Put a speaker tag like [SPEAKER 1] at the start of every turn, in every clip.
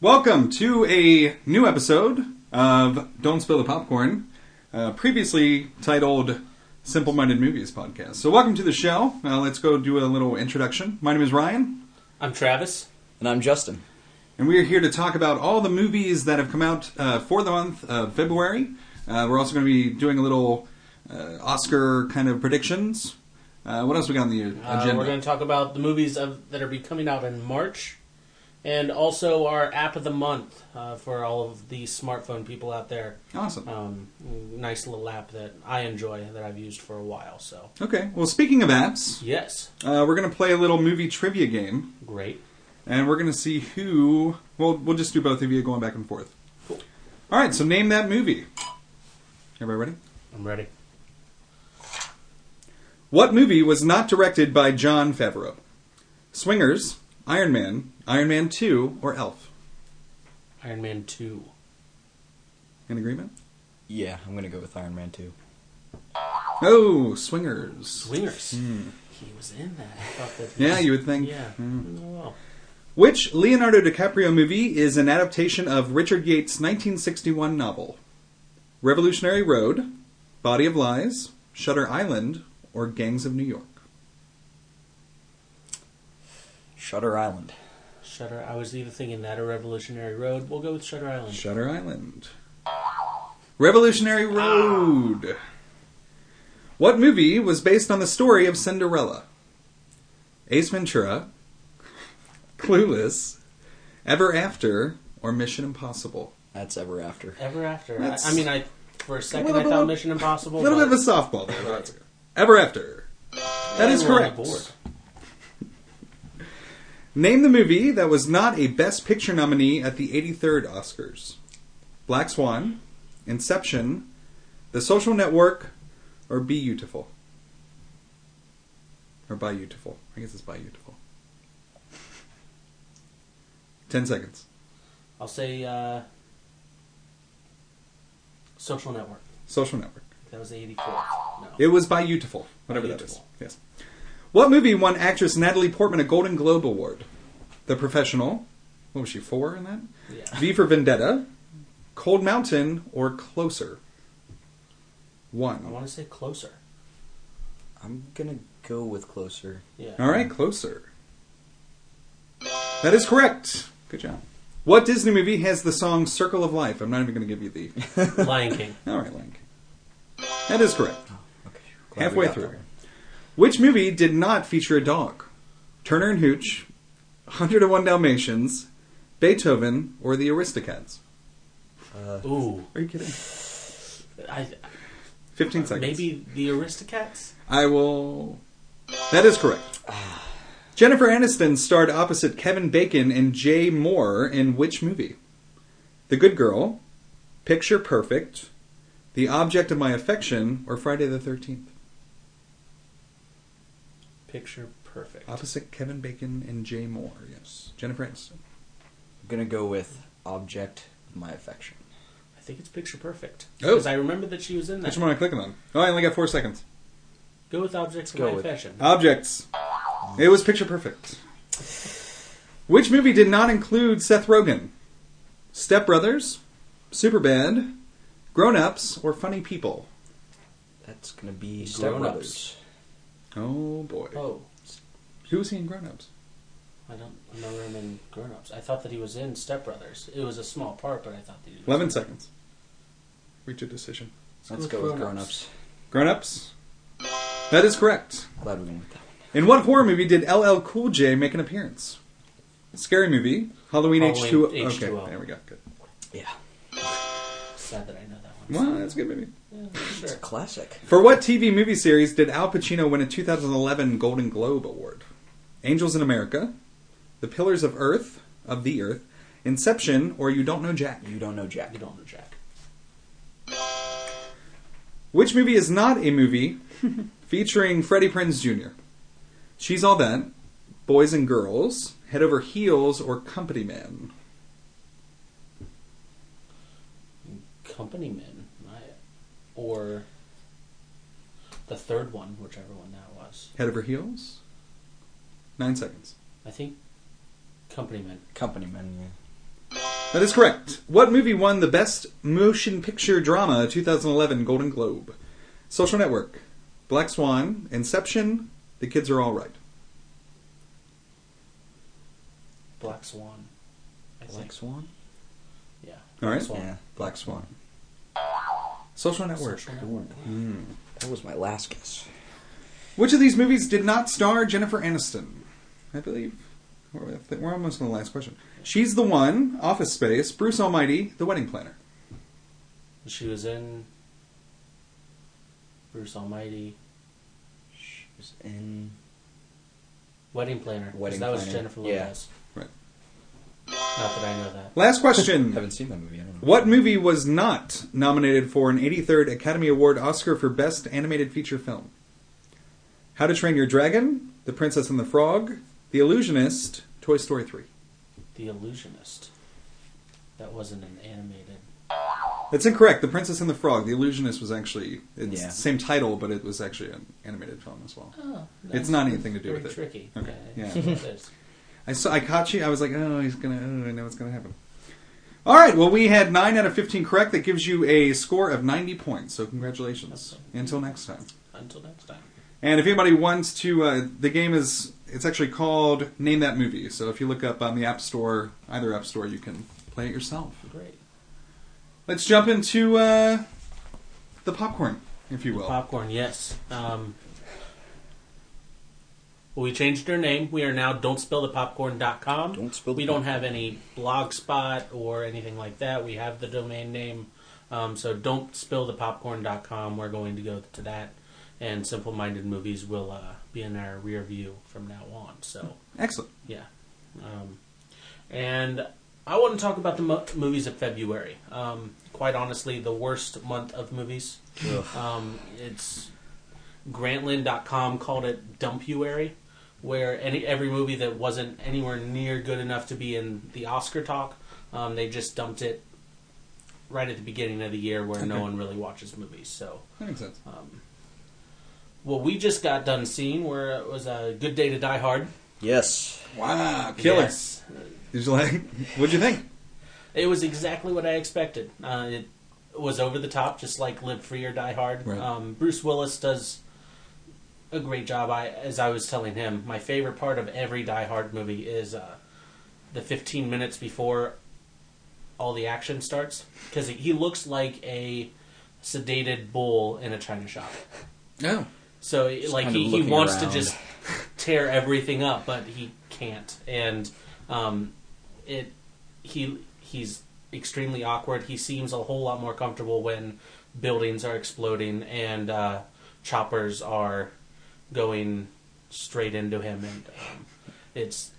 [SPEAKER 1] Welcome to a new episode of Don't Spill the Popcorn, uh, previously titled Simple Minded Movies Podcast. So, welcome to the show. Uh, let's go do a little introduction. My name is Ryan,
[SPEAKER 2] I'm Travis.
[SPEAKER 3] And I'm Justin.
[SPEAKER 1] and we are here to talk about all the movies that have come out uh, for the month of February. Uh, we're also going to be doing a little uh, Oscar kind of predictions. Uh, what else we got on the
[SPEAKER 2] Uh,
[SPEAKER 1] agenda?
[SPEAKER 2] we're going to talk about the movies of, that are be coming out in March, and also our app of the month uh, for all of the smartphone people out there.
[SPEAKER 1] Awesome.
[SPEAKER 2] Um, nice little app that I enjoy that I've used for a while. So
[SPEAKER 1] Okay. Well, speaking of apps,
[SPEAKER 2] yes,
[SPEAKER 1] uh, we're going to play a little movie trivia game.
[SPEAKER 2] great.
[SPEAKER 1] And we're going to see who. Well, we'll just do both of you going back and forth.
[SPEAKER 2] Cool.
[SPEAKER 1] All right, so name that movie. Everybody ready?
[SPEAKER 2] I'm ready.
[SPEAKER 1] What movie was not directed by John Favreau? Swingers, Iron Man, Iron Man 2, or Elf?
[SPEAKER 2] Iron Man Two.
[SPEAKER 1] In agreement?
[SPEAKER 3] Yeah, I'm gonna go with Iron Man 2.
[SPEAKER 1] Oh, Swingers.
[SPEAKER 2] Swingers. He was in that. I thought that
[SPEAKER 1] Hmm. Yeah, you would think. Mm. Hmm.
[SPEAKER 2] yeah. Mm. Well,
[SPEAKER 1] Which Leonardo DiCaprio movie is an adaptation of Richard Yates' 1961 novel? Revolutionary Road, Body of Lies, Shutter Island, or Gangs of New York?
[SPEAKER 3] Shutter Island.
[SPEAKER 2] Shutter. I was either thinking that or Revolutionary Road. We'll go with Shutter Island.
[SPEAKER 1] Shutter Island. Revolutionary Road. What movie was based on the story of Cinderella? Ace Ventura, Clueless, Ever After, or Mission Impossible?
[SPEAKER 3] That's Ever After.
[SPEAKER 2] Ever After. I,
[SPEAKER 1] That's-
[SPEAKER 2] I mean, I for a second
[SPEAKER 1] little
[SPEAKER 2] I
[SPEAKER 1] bit
[SPEAKER 2] thought
[SPEAKER 1] of-
[SPEAKER 2] Mission
[SPEAKER 1] A
[SPEAKER 2] Impossible.
[SPEAKER 1] little bit of a
[SPEAKER 2] but
[SPEAKER 1] softball there. That's good. Ever After. That is
[SPEAKER 2] everyone on
[SPEAKER 1] correct.
[SPEAKER 2] board.
[SPEAKER 1] Name the movie that was not a Best Picture nominee at the 83rd Oscars Black Swan, Inception, The Social Network, or Be Beautiful? Or By Beautiful. I guess it's By Beautiful. 10 seconds.
[SPEAKER 2] I'll say uh, Social Network.
[SPEAKER 1] Social Network.
[SPEAKER 2] That was 84. No.
[SPEAKER 1] It was By Beautiful. Whatever that is.
[SPEAKER 2] Beautiful.
[SPEAKER 1] Yes. What movie won actress Natalie Portman a Golden Globe Award? The Professional. What was she, four in that?
[SPEAKER 2] Yeah.
[SPEAKER 1] V for Vendetta, Cold Mountain, or Closer?
[SPEAKER 2] I
[SPEAKER 1] One.
[SPEAKER 2] want to say Closer.
[SPEAKER 3] I'm gonna go with Closer.
[SPEAKER 2] Yeah.
[SPEAKER 1] All right, Closer. That is correct. Good job. What Disney movie has the song Circle of Life? I'm not even going to give you the.
[SPEAKER 2] Lion King.
[SPEAKER 1] All right, Link. That is correct.
[SPEAKER 3] Okay. glad we
[SPEAKER 1] Halfway
[SPEAKER 3] got
[SPEAKER 1] through.
[SPEAKER 3] that one.
[SPEAKER 1] Which movie did not feature a dog? Turner and Hooch, 101 Dalmatians, Beethoven, or The Aristocats?
[SPEAKER 2] Ooh.
[SPEAKER 1] Are you kidding?
[SPEAKER 2] I,
[SPEAKER 1] 15 seconds.
[SPEAKER 2] Uh, maybe the Aristocats?
[SPEAKER 1] I will. That is correct. Jennifer Aniston starred opposite Kevin Bacon and Jay Moore in which movie? The Good Girl, Picture Perfect, The Object of My Affection, or Friday the 13th?
[SPEAKER 2] Picture perfect.
[SPEAKER 1] Opposite Kevin Bacon and Jay Moore, yes. Jennifer Aniston.
[SPEAKER 3] I'm gonna go with Object of My Affection.
[SPEAKER 2] I think it's picture perfect.
[SPEAKER 1] Oh.
[SPEAKER 2] Because I remember that she was in
[SPEAKER 1] Which
[SPEAKER 2] that.
[SPEAKER 1] one am I clicking on? Oh, I only got four seconds.
[SPEAKER 2] Go with objects of
[SPEAKER 3] Go
[SPEAKER 2] my
[SPEAKER 3] with-
[SPEAKER 2] affection.
[SPEAKER 1] Uh, Objects. It was Picture Perfect. Which movie did not include Seth Rogen? Step Brothers, Superbad, Grown Ups, or Funny People?
[SPEAKER 3] That's gonna be Step
[SPEAKER 2] Grown Ups.
[SPEAKER 3] Brothers.
[SPEAKER 1] Oh boy.
[SPEAKER 2] Oh.
[SPEAKER 1] Who was he in Grown Ups?
[SPEAKER 2] I don't remember him in Grown Ups. I thought that he was in Step Brothers. It was a small part, but I thought that he was.
[SPEAKER 1] Eleven seconds. Reach a decision.
[SPEAKER 3] Let's go with Grown Ups.
[SPEAKER 1] Grown Ups. That is correct.
[SPEAKER 3] Glad we went with that one.
[SPEAKER 1] In what horror movie did LL Cool J make an appearance? Scary movie. Halloween,
[SPEAKER 2] Halloween
[SPEAKER 1] H2O.
[SPEAKER 2] H2O.
[SPEAKER 1] Okay, there we go. Good.
[SPEAKER 3] Yeah.
[SPEAKER 2] Sad that I know that one.
[SPEAKER 1] Well, that's a good movie.
[SPEAKER 2] Yeah, sure.
[SPEAKER 3] It's a classic.
[SPEAKER 1] For what TV movie series did Al Pacino win a 2011 Golden Globe Award? Angels in America, The Pillars of Earth, of the Earth, Inception, or You Don't Know Jack?
[SPEAKER 3] You don't know Jack.
[SPEAKER 2] You don't know Jack.
[SPEAKER 1] Which movie is not a movie featuring Freddie Prinze Jr.? She's All That, Boys and Girls, Head Over Heels, or Company Man?
[SPEAKER 2] Company Men, I, or the third one, whichever one that was.
[SPEAKER 1] Head Over Heels? Nine seconds.
[SPEAKER 2] I think Company Men.
[SPEAKER 3] Company Man. Yeah.
[SPEAKER 1] That is correct. What movie won the Best Motion Picture Drama 2011 Golden Globe? Social Network, Black Swan, Inception, The Kids Are All Right.
[SPEAKER 2] Black Swan. I think.
[SPEAKER 3] Black Swan.
[SPEAKER 2] Yeah.
[SPEAKER 1] All right.
[SPEAKER 2] Swan.
[SPEAKER 3] Yeah, Black Swan.
[SPEAKER 1] Social Network. Hmm.
[SPEAKER 2] Social network.
[SPEAKER 3] That was my last guess.
[SPEAKER 1] Which of these movies did not star Jennifer Aniston? I believe. we're- I think We're almost on the last question. She's the one, Office Space, Bruce Almighty, The Wedding Planner.
[SPEAKER 2] She was in Bruce Almighty
[SPEAKER 3] She was in.
[SPEAKER 2] Wedding Planner. 'cause
[SPEAKER 3] Wedding
[SPEAKER 2] that was
[SPEAKER 3] Planner,
[SPEAKER 2] Jennifer
[SPEAKER 3] yeah.
[SPEAKER 2] Lopez.
[SPEAKER 1] Right.
[SPEAKER 2] Not that I know that.
[SPEAKER 1] Last question.
[SPEAKER 3] Haven't seen that movie. I don't know.
[SPEAKER 1] Hmm. what movie was not nominated for an 83rd Academy Award Oscar for Best Animated Feature Film? How to Train Your Dragon, The Princess and the Frog, The Illusionist, Toy Story 3.
[SPEAKER 2] The Illusionist. That wasn't an animated.
[SPEAKER 1] That's incorrect. The Princess and the Frog. The Illusionist was actually it's
[SPEAKER 3] Yeah.
[SPEAKER 1] the same title, but it was actually an animated film as well.
[SPEAKER 2] Oh,
[SPEAKER 1] It's not anything to do
[SPEAKER 2] very
[SPEAKER 1] with it.
[SPEAKER 2] tricky.
[SPEAKER 1] Okay,
[SPEAKER 2] Yeah,
[SPEAKER 1] yeah.
[SPEAKER 2] it is.
[SPEAKER 1] I saw I caught you. I was like, oh, he's gonna. Oh, I know what's gonna happen. All right. Well, we had nine out of fifteen correct. That gives you a score of ninety points. So congratulations. Until next time.
[SPEAKER 2] Until next time.
[SPEAKER 1] And if anybody wants to, uh, the game is it's actually called Name That Movie. So if you look up on the App Store, either App Store, you can play it yourself.
[SPEAKER 2] Great.
[SPEAKER 1] Let's jump into uh, the popcorn, if you will.
[SPEAKER 2] Popcorn, yes. Um, well, we changed our name. We are now don'tspillthepopcorn.com.
[SPEAKER 3] Don't spill the
[SPEAKER 2] we don't
[SPEAKER 3] popcorn.
[SPEAKER 2] have any blog spot or anything like that. We have the domain name. Um, so don'tspillthepopcorn.com. We're going to go to that. And Simple Minded Movies will uh, be in our rear view from now on. So,
[SPEAKER 1] Excellent.
[SPEAKER 2] yeah. Um, and I want to talk about the mo- movies of February. Um, quite honestly, the worst month of movies. Um, it's Grantland.com called it Dumpuary, where any every movie that wasn't anywhere near good enough to be in the Oscar talk, um, they just dumped it right at the beginning of the year, where no
[SPEAKER 1] Okay.
[SPEAKER 2] one really watches movies. So um,
[SPEAKER 1] That makes sense.
[SPEAKER 2] what we just got done seeing, where it was a good day to die hard.
[SPEAKER 3] Yes.
[SPEAKER 1] Wow, killer.
[SPEAKER 2] Yes.
[SPEAKER 1] Did you like? What'd you think?
[SPEAKER 2] It was exactly what I expected. Uh, it was over the top, just like Live Free or Die Hard.
[SPEAKER 1] Right.
[SPEAKER 2] Um, Bruce Willis does a great job. I, as I was telling him, my favorite part of every Die Hard movie is uh, the 15 minutes before all the action starts because he looks like a sedated bull in a china shop.
[SPEAKER 1] No.
[SPEAKER 2] So like
[SPEAKER 3] kind of
[SPEAKER 2] he, he
[SPEAKER 3] looking
[SPEAKER 2] wants
[SPEAKER 3] around.
[SPEAKER 2] to just tear everything up, but he can't. And um, it he he's extremely awkward. He seems a whole lot more comfortable when buildings are exploding and uh, choppers are going straight into him, and um, it's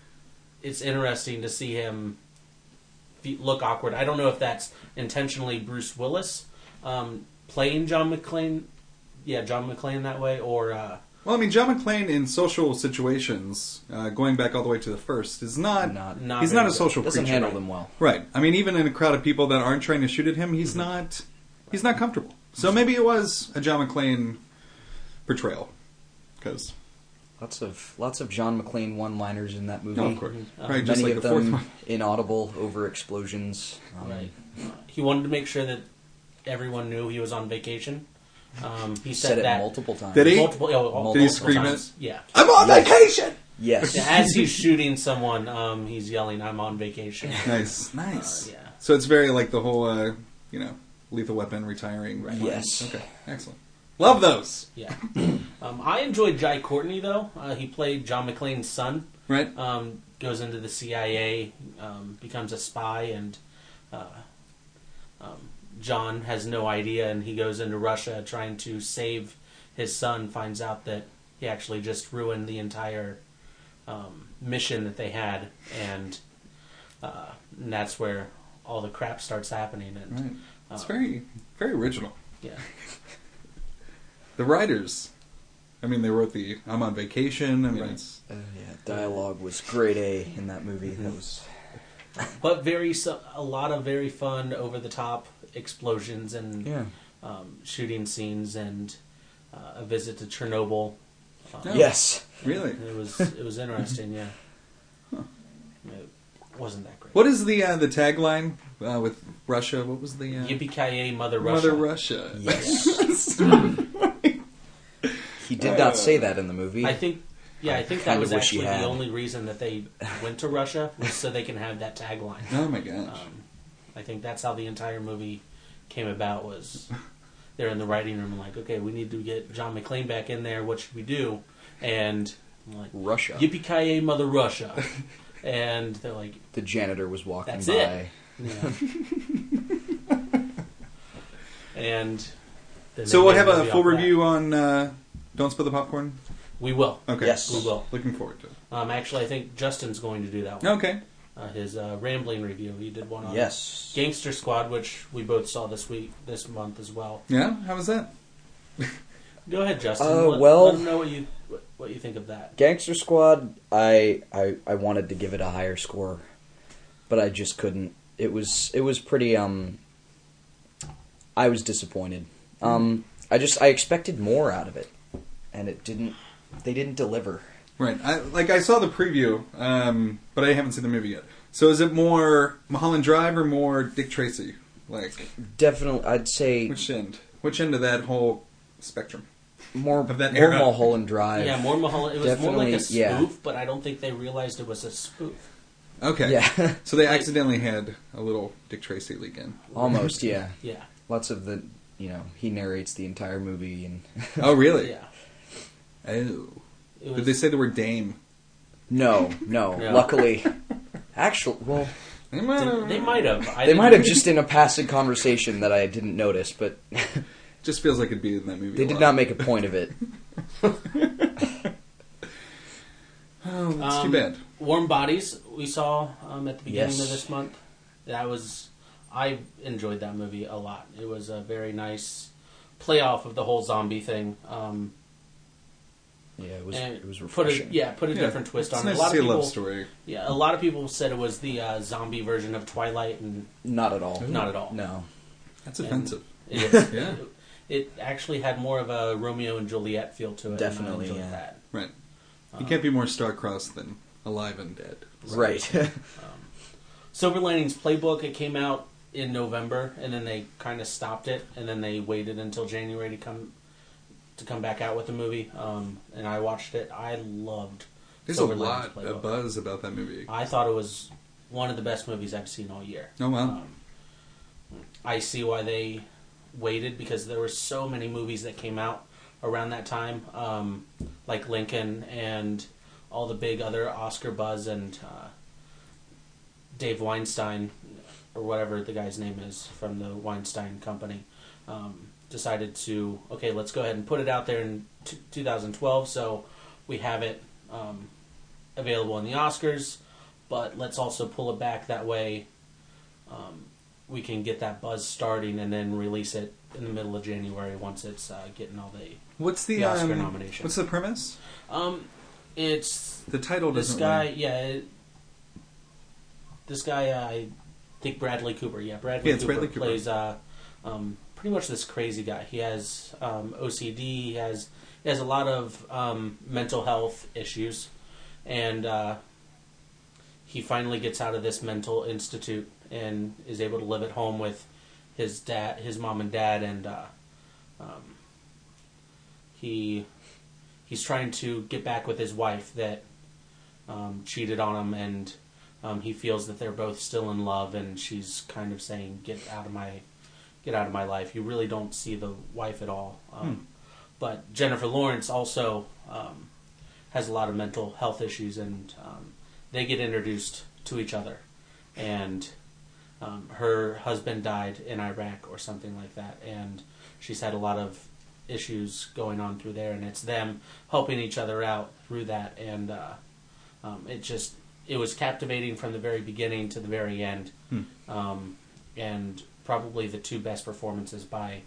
[SPEAKER 2] it's interesting to see him fe- look awkward. I don't know if that's intentionally Bruce Willis um, playing John McClane, yeah, John McClane that way, or uh,
[SPEAKER 1] Well, I mean, John McClane in social situations, uh, going back all the way to the first, is not.
[SPEAKER 3] Not-
[SPEAKER 2] Not
[SPEAKER 1] he's not
[SPEAKER 2] very
[SPEAKER 1] a
[SPEAKER 2] good.
[SPEAKER 1] social
[SPEAKER 3] Doesn't
[SPEAKER 1] creature.
[SPEAKER 3] handle
[SPEAKER 1] right?
[SPEAKER 3] them well.
[SPEAKER 1] Right. I mean, even in a crowd of people that aren't trying to shoot at him, he's not. He's not comfortable. So maybe it was a John McClane portrayal, because
[SPEAKER 3] Lots of lots of John McClane one-liners in that movie.
[SPEAKER 1] no, of course,
[SPEAKER 2] Uh,
[SPEAKER 1] right,
[SPEAKER 3] Many
[SPEAKER 1] just like the
[SPEAKER 3] of
[SPEAKER 1] fourth
[SPEAKER 3] them
[SPEAKER 1] one.
[SPEAKER 3] inaudible over explosions. Um,
[SPEAKER 2] right. He wanted to make sure that everyone knew he was on vacation. Um, he
[SPEAKER 3] Said,
[SPEAKER 2] said
[SPEAKER 3] it
[SPEAKER 2] that
[SPEAKER 3] multiple times.
[SPEAKER 1] Did he?
[SPEAKER 2] multiple. oh, oh,
[SPEAKER 1] Did he
[SPEAKER 2] multiple
[SPEAKER 1] scream
[SPEAKER 2] times. Yeah.
[SPEAKER 1] I'm on vacation.
[SPEAKER 3] Yes.
[SPEAKER 2] Yeah, As he's shooting someone, um, he's yelling, "I'm on vacation."
[SPEAKER 1] Nice,
[SPEAKER 2] Uh,
[SPEAKER 1] nice.
[SPEAKER 2] yeah.
[SPEAKER 1] So it's very like the whole, uh, you know, Lethal Weapon retiring. line.
[SPEAKER 3] Yes.
[SPEAKER 1] Okay. Excellent. Love those.
[SPEAKER 2] Yeah. Um, I enjoyed Jai Courtney though. Uh, he played John McClane's son.
[SPEAKER 1] Right.
[SPEAKER 2] Um, goes into the CIA, um, becomes a spy, and uh, um, John has no idea, and he goes into Russia trying to save his son. Finds out that he actually just ruined the entire um, mission that they had, and, uh, and that's where all the crap starts happening. And
[SPEAKER 1] Right. It's
[SPEAKER 2] Uh,
[SPEAKER 1] very, very original.
[SPEAKER 2] yeah.
[SPEAKER 1] The writers. I mean, they wrote the "I'm on vacation." I mean,
[SPEAKER 2] Right.
[SPEAKER 1] it's
[SPEAKER 3] Uh, yeah, dialogue was grade A in that movie. That was
[SPEAKER 2] but very su- a lot of very fun over the top explosions and
[SPEAKER 3] yeah.
[SPEAKER 2] um, shooting scenes and uh, a visit to Chernobyl. Um,
[SPEAKER 1] Yeah.
[SPEAKER 3] Yes.
[SPEAKER 1] Oh, really
[SPEAKER 2] it was it was interesting, yeah. wasn't that great.
[SPEAKER 1] What is the uh, the tagline uh, with Russia? What was the uh,
[SPEAKER 2] Yippee ki yay, Mother Russia!
[SPEAKER 1] Mother Russia?
[SPEAKER 3] Yes. he did not say that in the movie.
[SPEAKER 2] I think, yeah, I think that
[SPEAKER 3] kinda
[SPEAKER 2] was
[SPEAKER 3] wish he
[SPEAKER 2] actually the
[SPEAKER 3] had.
[SPEAKER 2] only reason that they went to Russia was so they can have that tagline.
[SPEAKER 1] Oh my gosh!
[SPEAKER 2] Um, I think that's how the entire movie came about. Was they're in the writing room like, okay, we need to get John McClane back in there. What should we do? And I'm like,
[SPEAKER 3] Russia.
[SPEAKER 2] Yippee ki yay, Mother Russia! And they're like,
[SPEAKER 3] The janitor was walking
[SPEAKER 2] That's it.
[SPEAKER 3] by.
[SPEAKER 2] yeah. and then
[SPEAKER 1] so
[SPEAKER 2] they
[SPEAKER 1] we'll
[SPEAKER 2] made
[SPEAKER 1] have a
[SPEAKER 2] movie
[SPEAKER 1] full
[SPEAKER 2] off that.
[SPEAKER 1] review on uh, Don't Spill the Popcorn.
[SPEAKER 2] We will.
[SPEAKER 1] Okay.
[SPEAKER 3] Yes.
[SPEAKER 2] We will.
[SPEAKER 1] Looking forward to it.
[SPEAKER 2] Um, actually, I think Justin's going to do that one.
[SPEAKER 1] Okay.
[SPEAKER 2] Uh, his uh, rambling review. He did one on
[SPEAKER 3] Yes.
[SPEAKER 2] Gangster Squad, which we both saw this week, this month as well.
[SPEAKER 1] Yeah. How was that?
[SPEAKER 2] Go ahead, Justin.
[SPEAKER 3] Uh,
[SPEAKER 2] let,
[SPEAKER 3] well-
[SPEAKER 2] let 'em know what you what, what you think of that.
[SPEAKER 3] Gangster Squad, I, I I wanted to give it a higher score, but I just couldn't. It was it was pretty um I was disappointed. Um I just I expected more out of it and it didn't they didn't deliver.
[SPEAKER 1] Right. I, like I saw the preview, um, but I haven't seen the movie yet. So is it more Mulholland Drive or more Dick Tracy? Like
[SPEAKER 3] Definitely I'd say
[SPEAKER 1] which end? Which end of that whole spectrum?
[SPEAKER 3] more
[SPEAKER 1] of that
[SPEAKER 3] more
[SPEAKER 1] era.
[SPEAKER 3] Mulholland Drive.
[SPEAKER 2] yeah, more Mulholland. It was more like a spoof,
[SPEAKER 3] definitely, yeah.
[SPEAKER 2] but I don't think they realized it was a spoof.
[SPEAKER 1] Okay.
[SPEAKER 3] Yeah.
[SPEAKER 1] So they accidentally had a little Dick Tracy leak in.
[SPEAKER 3] Almost, yeah.
[SPEAKER 2] Yeah,
[SPEAKER 3] Lots of the you know, he narrates the entire movie and
[SPEAKER 1] Oh really?
[SPEAKER 2] yeah.
[SPEAKER 1] Oh.
[SPEAKER 2] It was,
[SPEAKER 1] Did they say the word dame?
[SPEAKER 3] No, no.
[SPEAKER 2] No.
[SPEAKER 3] Luckily actually well
[SPEAKER 1] They might
[SPEAKER 2] did-
[SPEAKER 1] have.
[SPEAKER 2] they might have. I
[SPEAKER 3] they
[SPEAKER 2] didn't-
[SPEAKER 3] might have just in a passing conversation that I didn't notice, but
[SPEAKER 1] Just feels like it'd be in that movie.
[SPEAKER 3] they
[SPEAKER 1] a
[SPEAKER 3] did
[SPEAKER 1] lot.
[SPEAKER 3] not make a point of it.
[SPEAKER 1] Oh, that's
[SPEAKER 2] Um,
[SPEAKER 1] too bad.
[SPEAKER 2] Warm Bodies we saw um, at the beginning
[SPEAKER 3] Yes.
[SPEAKER 2] of this month. That was I enjoyed that movie a lot. It was a very nice playoff of the whole zombie thing. Um,
[SPEAKER 3] Yeah, it was
[SPEAKER 2] and
[SPEAKER 3] it was
[SPEAKER 2] put
[SPEAKER 3] refreshing.
[SPEAKER 2] a, yeah, put a
[SPEAKER 1] Yeah,
[SPEAKER 2] different twist
[SPEAKER 1] it's
[SPEAKER 2] on
[SPEAKER 1] nice
[SPEAKER 2] it. A lot
[SPEAKER 1] to see
[SPEAKER 2] of
[SPEAKER 1] a
[SPEAKER 2] people,
[SPEAKER 1] love story.
[SPEAKER 2] yeah, a lot of people said it was the uh, zombie version of Twilight, and
[SPEAKER 3] Not at all.
[SPEAKER 2] Not at all.
[SPEAKER 3] No.
[SPEAKER 1] That's offensive.
[SPEAKER 2] it,
[SPEAKER 1] Yeah.
[SPEAKER 2] it, actually had more of a Romeo and Juliet feel to it. and I
[SPEAKER 3] Definitely,
[SPEAKER 2] enjoyed
[SPEAKER 3] yeah.
[SPEAKER 2] that.
[SPEAKER 1] Right. You can't
[SPEAKER 2] um,
[SPEAKER 1] be more star-crossed than alive and dead.
[SPEAKER 3] Right.
[SPEAKER 2] Silver Linings Playbook. It came out in November, and then they kind of stopped it, and then they waited until January to come to come back out with the movie. Um, and I watched it. I loved.
[SPEAKER 1] There's
[SPEAKER 2] Silver
[SPEAKER 1] a
[SPEAKER 2] Linings
[SPEAKER 1] lot of buzz about that movie.
[SPEAKER 2] I thought it was one of the best movies I've seen all year.
[SPEAKER 1] Oh, wow.
[SPEAKER 2] I see why they waited because there were so many movies that came out around that time, um, like Lincoln and all the big other Oscar buzz and uh, Dave Weinstein or whatever the guy's name is from the Weinstein Company. Um, decided to okay, let's go ahead and put it out there in t- 2012. So we have it um, available in the Oscars, but let's also pull it back that way we can get that buzz starting and then release it in the middle of January once it's uh, getting all the.
[SPEAKER 1] What's the,
[SPEAKER 2] The Oscar
[SPEAKER 1] um,
[SPEAKER 2] nomination.
[SPEAKER 1] What's the premise?
[SPEAKER 2] Um, it's
[SPEAKER 1] The title
[SPEAKER 2] this
[SPEAKER 1] doesn't.
[SPEAKER 2] guy.
[SPEAKER 1] ring.
[SPEAKER 2] Yeah, it, this guy. Uh, I think Bradley Cooper. Yeah, Bradley,
[SPEAKER 1] Yeah, it's
[SPEAKER 2] Cooper,
[SPEAKER 1] Bradley Cooper.
[SPEAKER 2] plays uh, um, pretty much this crazy guy. He has um, OCD. He has he has a lot of um, mental health issues, and uh, he finally gets out of this mental institute and is able to live at home with his dad, his mom and dad, and uh, um, he he's trying to get back with his wife that um, cheated on him, and um, he feels that they're both still in love, and she's kind of saying, "Get out of my, get out of my life." You really don't see the wife at all. Um, But Jennifer Lawrence also um, has a lot of mental health issues, and um, they get introduced to each other, and um, her husband died in Iraq or something like that, and she's had a lot of issues going on through there, and it's them helping each other out through that, and uh, um, it just it was captivating from the very beginning to the very end, um, and probably the two best performances by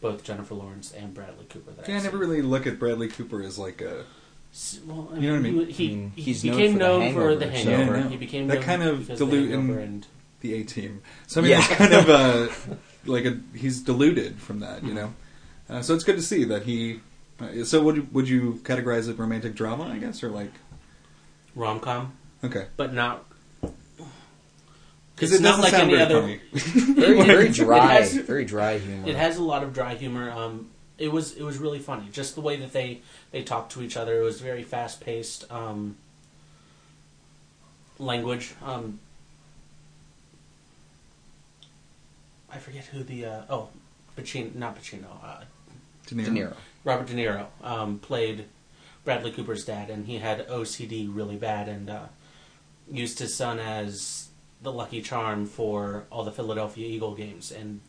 [SPEAKER 2] both Jennifer Lawrence and Bradley Cooper. That
[SPEAKER 1] Yeah, I
[SPEAKER 2] I've
[SPEAKER 1] never
[SPEAKER 2] seen.
[SPEAKER 1] really look at Bradley Cooper as like a.
[SPEAKER 2] S- Well, I
[SPEAKER 1] You know what I
[SPEAKER 2] mean,
[SPEAKER 1] mean?
[SPEAKER 2] He,
[SPEAKER 3] I mean,
[SPEAKER 2] he
[SPEAKER 3] he's known
[SPEAKER 2] became
[SPEAKER 3] for The
[SPEAKER 2] known for the
[SPEAKER 3] Hangover,
[SPEAKER 1] so-
[SPEAKER 2] Hangover.
[SPEAKER 1] Yeah, I know.
[SPEAKER 2] He became
[SPEAKER 1] That
[SPEAKER 2] known
[SPEAKER 1] kind of
[SPEAKER 2] because
[SPEAKER 1] dilute
[SPEAKER 2] the Hangover
[SPEAKER 1] and-
[SPEAKER 2] and
[SPEAKER 1] the A team. So I mean,
[SPEAKER 3] Yeah.
[SPEAKER 1] it's kind of a like a he's deluded from that, you know. Uh, so it's good to see that he. Uh, so would you, would you categorize it romantic drama, I guess, or like
[SPEAKER 2] rom com,
[SPEAKER 1] okay,
[SPEAKER 2] but not.
[SPEAKER 1] Because
[SPEAKER 2] It's
[SPEAKER 1] it doesn't
[SPEAKER 2] not like
[SPEAKER 1] sound
[SPEAKER 2] any
[SPEAKER 1] very
[SPEAKER 2] other-
[SPEAKER 1] funny.
[SPEAKER 3] Very, very dry,
[SPEAKER 2] has-
[SPEAKER 3] very dry humor.
[SPEAKER 2] It has a lot of dry humor. Um, it was it was really funny. Just the way that they they talked to each other. It was very fast paced um, language. Um, I forget who the uh, oh Pacino not Pacino uh,
[SPEAKER 1] De Niro.
[SPEAKER 3] De Niro.
[SPEAKER 2] Robert De Niro um, played Bradley Cooper's dad, and he had OCD really bad, and uh, used his son as the lucky charm for all the Philadelphia Eagle games, and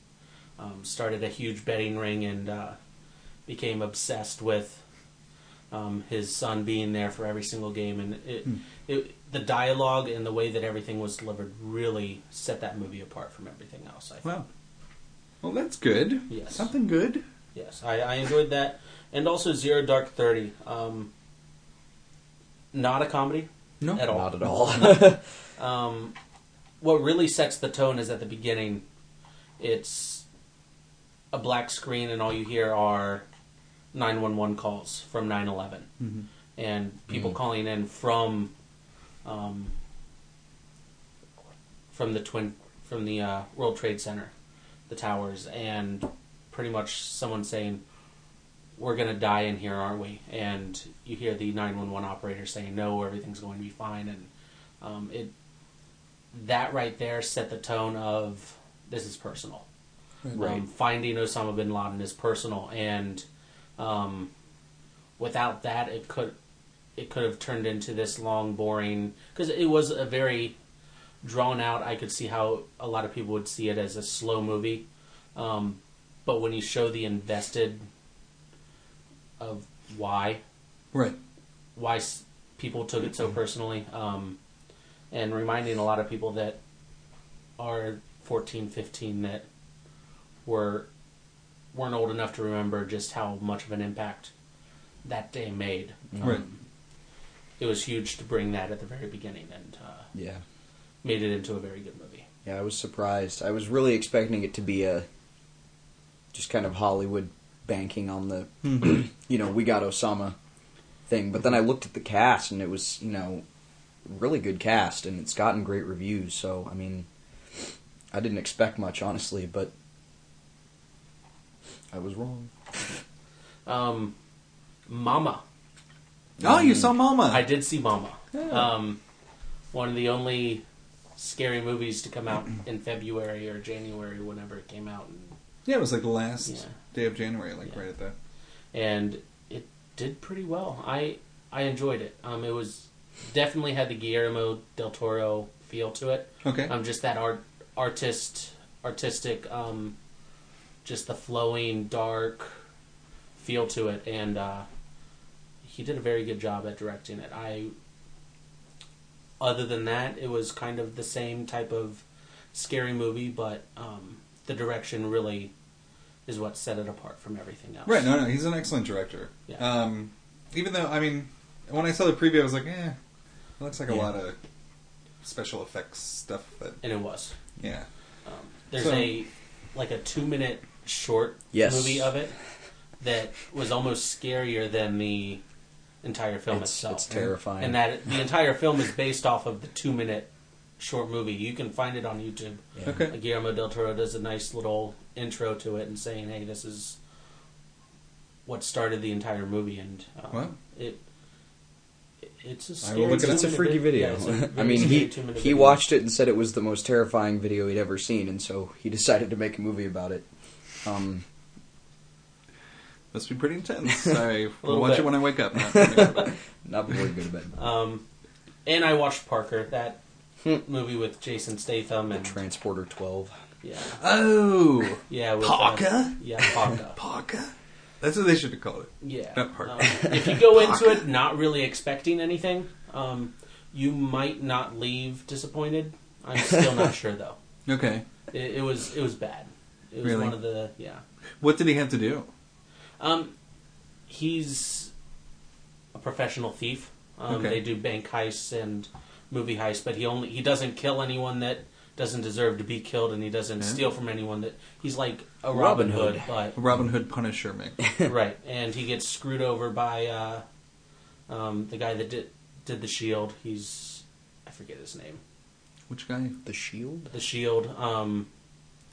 [SPEAKER 2] um, started a huge betting ring, and uh, became obsessed with um, his son being there for every single game, and it, it, the dialogue and the way that everything was delivered really set that movie apart from everything else. I think.
[SPEAKER 1] Wow. Well, that's good.
[SPEAKER 2] Yes.
[SPEAKER 1] Something good.
[SPEAKER 2] Yes, I, I enjoyed that, and also Zero Dark Thirty. Um, not a comedy
[SPEAKER 1] No.
[SPEAKER 2] at all.
[SPEAKER 3] Not at all.
[SPEAKER 2] Um, what really sets the tone is at the beginning. It's a black screen, and all you hear are nine one one calls from nine eleven, and people
[SPEAKER 3] Mm-hmm.
[SPEAKER 2] calling in from um, from the twin from the uh, World Trade Center, the towers, and pretty much someone saying, "We're gonna die in here, aren't we?" And you hear the nine one one operator saying, "No, everything's going to be fine," and um, it that right there set the tone of this is personal.
[SPEAKER 3] Right.
[SPEAKER 2] Um, finding Osama bin Laden is personal, and um, without that, it could it could have turned into this long, boring because it was a very drawn out. I could see how a lot of people would see it as a slow movie, um, but when you show the invested of why
[SPEAKER 1] Right.
[SPEAKER 2] Mm. why s- people took it so personally um, and reminding a lot of people that are 14 15 that were weren't old enough to remember just how much of an impact that day made Um,
[SPEAKER 1] Right.
[SPEAKER 2] it was huge to bring that at the very beginning and uh,
[SPEAKER 3] Yeah.
[SPEAKER 2] made it into a very good movie
[SPEAKER 3] Yeah, I was surprised. I was really expecting it to be a just kind of Hollywood banking on the you know, we got Osama thing. But then I looked at the cast and it was, you know, really good cast and it's gotten great reviews, so I mean I didn't expect much honestly, but I was wrong.
[SPEAKER 2] um, mama
[SPEAKER 1] Oh, you saw Mama.
[SPEAKER 2] I did see Mama. Um, one of the only scary movies to come out in February or January, whenever it came out, and,
[SPEAKER 1] Yeah, it was like the last
[SPEAKER 2] Yeah.
[SPEAKER 1] day of January, like
[SPEAKER 2] Yeah.
[SPEAKER 1] right at the.
[SPEAKER 2] and it did pretty well. I I enjoyed it. Um, it was definitely had the Guillermo del Toro feel to it.
[SPEAKER 1] Okay.
[SPEAKER 2] Um, just that art artist artistic, um, just the flowing dark feel to it, and uh, he did a very good job at directing it. I other than that, it was kind of the same type of scary movie, but um, the direction really is what set it apart from everything else.
[SPEAKER 1] Right, no, no, he's an excellent director.
[SPEAKER 2] Yeah.
[SPEAKER 1] Um, even though, I mean, when I saw the preview, I was like, eh, it looks like a
[SPEAKER 3] Yeah.
[SPEAKER 1] lot of special effects stuff that,
[SPEAKER 2] and it was.
[SPEAKER 1] yeah.
[SPEAKER 2] There's
[SPEAKER 1] So-
[SPEAKER 2] a like a two minute short
[SPEAKER 3] Yes.
[SPEAKER 2] movie of it that was almost scarier than the entire film
[SPEAKER 3] It's,
[SPEAKER 2] itself.
[SPEAKER 3] it's terrifying.
[SPEAKER 2] And that the entire film is based off of the two minute short movie. You can find it on YouTube.
[SPEAKER 3] Yeah.
[SPEAKER 1] Okay.
[SPEAKER 2] Guillermo del Toro does a nice little intro to it and saying, "Hey, this is what started the entire movie." And um,
[SPEAKER 1] Wow.
[SPEAKER 2] it it's a
[SPEAKER 1] I
[SPEAKER 2] scary
[SPEAKER 1] will look it up.
[SPEAKER 3] It's a
[SPEAKER 2] two-minute
[SPEAKER 3] freaky
[SPEAKER 2] vid-
[SPEAKER 3] video.
[SPEAKER 2] yeah, it's a
[SPEAKER 3] I
[SPEAKER 2] very
[SPEAKER 3] mean, he
[SPEAKER 2] scary two-minute
[SPEAKER 3] he
[SPEAKER 2] video.
[SPEAKER 3] watched it and said it was the most terrifying video he'd ever seen, and so he decided to make a movie about it. Um,
[SPEAKER 1] Must be pretty intense. I will
[SPEAKER 2] little
[SPEAKER 1] watch
[SPEAKER 2] bit.
[SPEAKER 1] it when I wake up. Not when I go to bed.
[SPEAKER 3] not before he go to bed.
[SPEAKER 2] Um, and I watched Parker, that
[SPEAKER 3] Hmm.
[SPEAKER 2] movie with Jason Statham and
[SPEAKER 3] Transporter Twelve.
[SPEAKER 2] yeah,
[SPEAKER 1] oh,
[SPEAKER 2] yeah, with, uh,
[SPEAKER 1] Parker?
[SPEAKER 2] yeah, Parker.
[SPEAKER 1] Parker? That's what they should have called it.
[SPEAKER 2] Yeah.
[SPEAKER 1] Not Parker.
[SPEAKER 2] Um, if you go into
[SPEAKER 1] Parker.
[SPEAKER 2] it not really expecting anything, um, you might not leave disappointed. I'm still not sure though.
[SPEAKER 1] Okay.
[SPEAKER 2] It, it was it was bad. It was
[SPEAKER 1] Really?
[SPEAKER 2] one of the yeah.
[SPEAKER 1] What did he have to do?
[SPEAKER 2] Um, he's a professional thief. Um,
[SPEAKER 1] Okay.
[SPEAKER 2] They do bank heists and movie heists, but he only he doesn't kill anyone that doesn't deserve to be killed, and he doesn't
[SPEAKER 1] Yeah.
[SPEAKER 2] steal from anyone that he's like a
[SPEAKER 3] Robin
[SPEAKER 2] Robin, Hood,
[SPEAKER 1] Robin Hood Punisher me.
[SPEAKER 2] but right. And he gets screwed over by uh, um, the guy that did did the shield. He's I forget his name.
[SPEAKER 1] Which guy?
[SPEAKER 3] The Shield.
[SPEAKER 2] The Shield, um,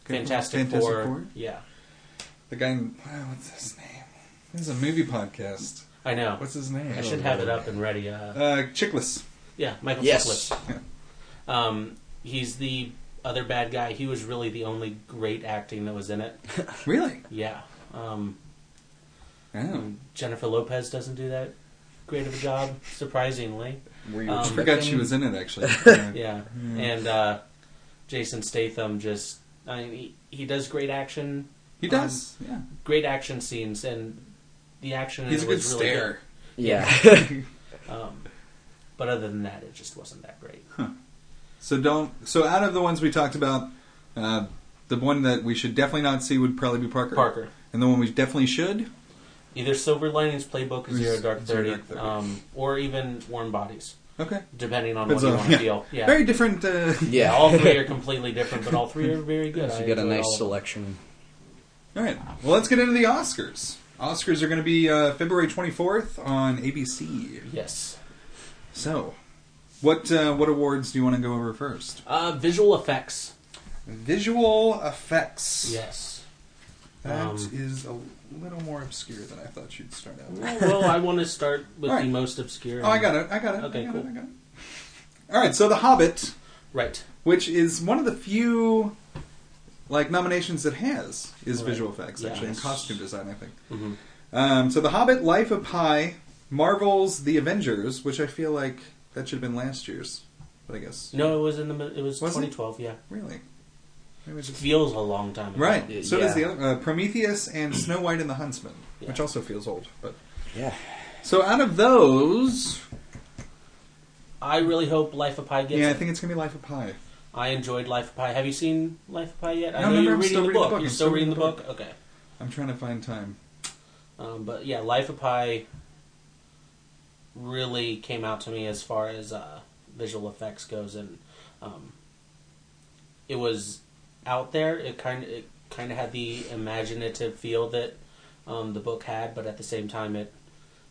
[SPEAKER 2] Fantastic, Four. Yeah,
[SPEAKER 1] The guy. In, wow, what's his name? This is a movie podcast.
[SPEAKER 2] I know.
[SPEAKER 1] What's his name?
[SPEAKER 2] I should have it up and ready. Uh,
[SPEAKER 1] Uh, Chickless.
[SPEAKER 2] yeah, Michael
[SPEAKER 3] Yes.
[SPEAKER 2] Chiklis. Um, he's the other bad guy. He was really the only great acting that was in it.
[SPEAKER 1] Really?
[SPEAKER 2] Yeah. Um,
[SPEAKER 1] Oh.
[SPEAKER 2] Jennifer Lopez doesn't do that great of a job, surprisingly.
[SPEAKER 3] Were you
[SPEAKER 2] Um,
[SPEAKER 1] I
[SPEAKER 2] I
[SPEAKER 1] forgot
[SPEAKER 3] expecting-
[SPEAKER 1] she was in it actually.
[SPEAKER 2] Yeah.
[SPEAKER 1] Hmm.
[SPEAKER 2] And uh, Jason Statham just, I mean, he, he does great action,
[SPEAKER 1] He does.
[SPEAKER 2] Um,
[SPEAKER 1] yeah.
[SPEAKER 2] great action scenes, and the action
[SPEAKER 1] He's a good
[SPEAKER 2] was really
[SPEAKER 1] stare.
[SPEAKER 3] Yeah.
[SPEAKER 2] good. Um, but other than that, it just wasn't that great.
[SPEAKER 1] So don't. So out of the ones we talked about, uh, the one that we should definitely not see would probably be Parker.
[SPEAKER 2] Parker.
[SPEAKER 1] And the one we definitely should.
[SPEAKER 2] Either Silver Linings Playbook or Zero Dark
[SPEAKER 1] Zero
[SPEAKER 2] Thirty,
[SPEAKER 1] Dark Thirty.
[SPEAKER 2] Um, or even Warm Bodies,
[SPEAKER 1] Okay.
[SPEAKER 2] depending on
[SPEAKER 1] Depends
[SPEAKER 2] what you
[SPEAKER 1] on-
[SPEAKER 2] want to
[SPEAKER 1] yeah.
[SPEAKER 2] feel. Yeah.
[SPEAKER 1] Very different. Uh,
[SPEAKER 3] yeah.
[SPEAKER 2] All three are completely different, but all three are very good.
[SPEAKER 3] So
[SPEAKER 2] I
[SPEAKER 3] you got a
[SPEAKER 2] enjoyed
[SPEAKER 3] nice
[SPEAKER 2] all of them.
[SPEAKER 3] selection.
[SPEAKER 1] All right. Well, let's get into the Oscars. Oscars are going to be uh, February 24th on ABC.
[SPEAKER 2] Yes.
[SPEAKER 1] So, what uh, what awards do you want to go over first?
[SPEAKER 2] Uh, visual effects.
[SPEAKER 1] Visual effects.
[SPEAKER 2] Yes.
[SPEAKER 1] That
[SPEAKER 2] Um,
[SPEAKER 1] is a little more obscure than I thought you'd start out. With.
[SPEAKER 2] Well, well, I want to start with
[SPEAKER 1] All right.
[SPEAKER 2] the most obscure.
[SPEAKER 1] Oh, I got it. I got it.
[SPEAKER 2] Okay,
[SPEAKER 1] I got
[SPEAKER 2] cool.
[SPEAKER 1] It, I got it. All right. So, The Hobbit,
[SPEAKER 2] Right.
[SPEAKER 1] which is one of the few like nominations it has, is
[SPEAKER 2] Right.
[SPEAKER 1] visual effects actually and
[SPEAKER 2] Yes.
[SPEAKER 1] costume design. I think.
[SPEAKER 2] Mhm.
[SPEAKER 1] Um, so, The Hobbit, Life of Pi, Marvel's The Avengers, which I feel like that should have been last year's, but I guess
[SPEAKER 2] No, it was in the mi- it was,
[SPEAKER 1] Was it?
[SPEAKER 2] 2012. Yeah,
[SPEAKER 1] really. Maybe it's just-
[SPEAKER 2] feels a long time. ago.
[SPEAKER 1] Right. So does the
[SPEAKER 3] Yeah.
[SPEAKER 1] other uh, Prometheus and Snow White and the Huntsman, which
[SPEAKER 2] Yeah.
[SPEAKER 1] also feels old. But
[SPEAKER 3] Yeah.
[SPEAKER 1] so out of those,
[SPEAKER 2] I really hope Life of Pi gets.
[SPEAKER 1] yeah, I
[SPEAKER 2] it.
[SPEAKER 1] think it's gonna be Life of Pi.
[SPEAKER 2] I enjoyed Life of Pi. Have you seen Life of Pi yet?
[SPEAKER 1] No,
[SPEAKER 2] I know
[SPEAKER 1] remember,
[SPEAKER 2] you're
[SPEAKER 1] I'm
[SPEAKER 2] reading
[SPEAKER 1] still
[SPEAKER 2] the
[SPEAKER 1] reading the
[SPEAKER 2] book.
[SPEAKER 1] book.
[SPEAKER 2] You're
[SPEAKER 1] I'm
[SPEAKER 2] still reading the book. Okay.
[SPEAKER 1] I'm trying to find time.
[SPEAKER 2] Um, but yeah, Life of Pi really came out to me as far as uh, visual effects goes, and um, it was out there. It kind of it kind of had the imaginative feel that um, the book had, but at the same time, it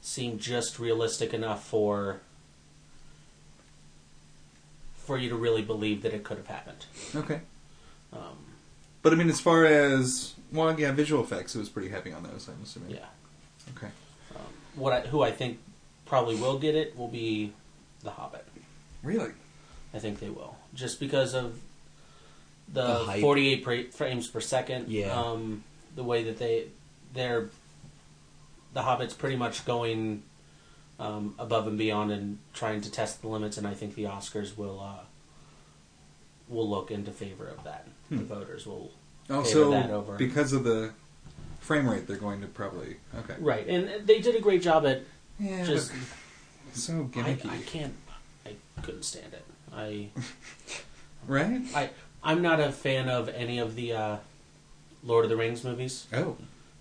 [SPEAKER 2] seemed just realistic enough for for you to really believe that it could have happened.
[SPEAKER 1] Okay.
[SPEAKER 2] Um,
[SPEAKER 1] But I mean, as far as well, yeah, visual effects, it was pretty heavy on those. I'm assuming.
[SPEAKER 2] yeah,
[SPEAKER 1] Okay.
[SPEAKER 2] what I, who I think probably will get it will be the Hobbit.
[SPEAKER 1] Really?
[SPEAKER 2] I think they will, just because of
[SPEAKER 3] The
[SPEAKER 2] the,
[SPEAKER 3] hype.
[SPEAKER 2] 48 pra- frames per second.
[SPEAKER 3] Yeah.
[SPEAKER 2] Um, the way that they they're the Hobbit's pretty much going um, above and beyond and trying to test the limits, and I think the Oscars will uh, will look into favor of that.
[SPEAKER 3] Hmm.
[SPEAKER 2] The voters will that
[SPEAKER 1] Also,
[SPEAKER 2] over.
[SPEAKER 1] Oh, because of the frame rate, they're going to probably okay.
[SPEAKER 2] right, and they did a great job at
[SPEAKER 1] Yeah.
[SPEAKER 2] just.
[SPEAKER 1] but so
[SPEAKER 2] I,
[SPEAKER 1] gimmicky,
[SPEAKER 2] I can't. I couldn't stand it. I.
[SPEAKER 1] right?
[SPEAKER 2] I I'm not a fan of any of the uh, Lord of the Rings movies.
[SPEAKER 1] Oh,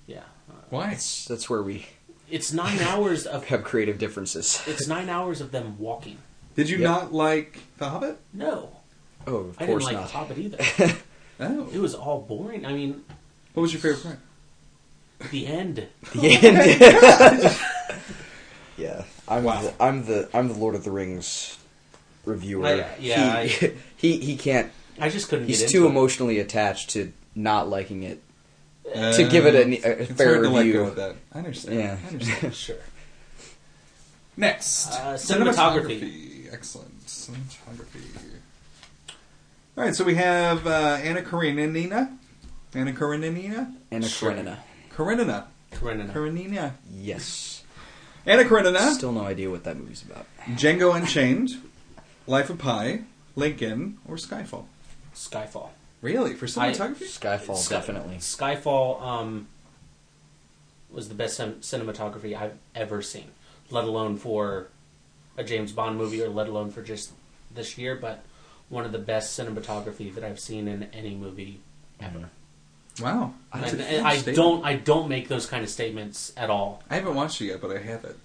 [SPEAKER 2] Yeah, uh,
[SPEAKER 1] why?
[SPEAKER 3] That's that's where we
[SPEAKER 2] it's nine hours of
[SPEAKER 3] have creative differences.
[SPEAKER 2] it's nine hours of them walking.
[SPEAKER 1] Did you
[SPEAKER 3] Yep.
[SPEAKER 1] not like The Hobbit?
[SPEAKER 2] No,
[SPEAKER 3] Oh, of
[SPEAKER 2] I didn't
[SPEAKER 3] course
[SPEAKER 2] like
[SPEAKER 3] not.
[SPEAKER 2] The Hobbit either.
[SPEAKER 1] Oh,
[SPEAKER 2] it was all boring. I mean,
[SPEAKER 1] what was your favorite part?
[SPEAKER 2] the end.
[SPEAKER 3] yeah. yeah. I'm
[SPEAKER 1] Wow.
[SPEAKER 3] the, I'm the I'm the Lord of the Rings reviewer.
[SPEAKER 2] I- yeah,
[SPEAKER 3] He, he he can't.
[SPEAKER 2] I just couldn't.
[SPEAKER 3] He's
[SPEAKER 2] get
[SPEAKER 3] too
[SPEAKER 2] into it.
[SPEAKER 3] emotionally attached to not liking it. to give it a, a
[SPEAKER 1] Uh, It's
[SPEAKER 3] fair
[SPEAKER 1] hard to let
[SPEAKER 3] review.
[SPEAKER 1] go of that. I understand.
[SPEAKER 3] Yeah.
[SPEAKER 1] I understand.
[SPEAKER 2] Sure.
[SPEAKER 1] Next,
[SPEAKER 2] Uh, cinematography.
[SPEAKER 1] Cinematography. Excellent cinematography. All right, so we have uh, Anna Karenina, Anna Karenina,
[SPEAKER 3] Anna
[SPEAKER 2] Sure.
[SPEAKER 3] Karenina.
[SPEAKER 1] Karenina,
[SPEAKER 2] Karenina.
[SPEAKER 1] Karenina,
[SPEAKER 3] Yes.
[SPEAKER 1] Anna Karenina,
[SPEAKER 3] Still no idea what that movie's about.
[SPEAKER 1] Django Unchained, Life of Pi, Lincoln, or Skyfall.
[SPEAKER 2] Skyfall.
[SPEAKER 1] Really for
[SPEAKER 2] I-
[SPEAKER 1] cinematography?
[SPEAKER 3] Skyfall,
[SPEAKER 2] Sky-
[SPEAKER 3] definitely.
[SPEAKER 2] Skyfall um, was the best cin- cinematography I've ever seen, let alone for a James Bond movie or let alone for just this year, but one of the best cinematography that I've seen in any movie ever.
[SPEAKER 1] wow, that's a
[SPEAKER 2] And,
[SPEAKER 1] huge
[SPEAKER 2] and I
[SPEAKER 1] statement.
[SPEAKER 2] don't I don't make those kind of statements at all.
[SPEAKER 1] I haven't watched it yet, but I have it.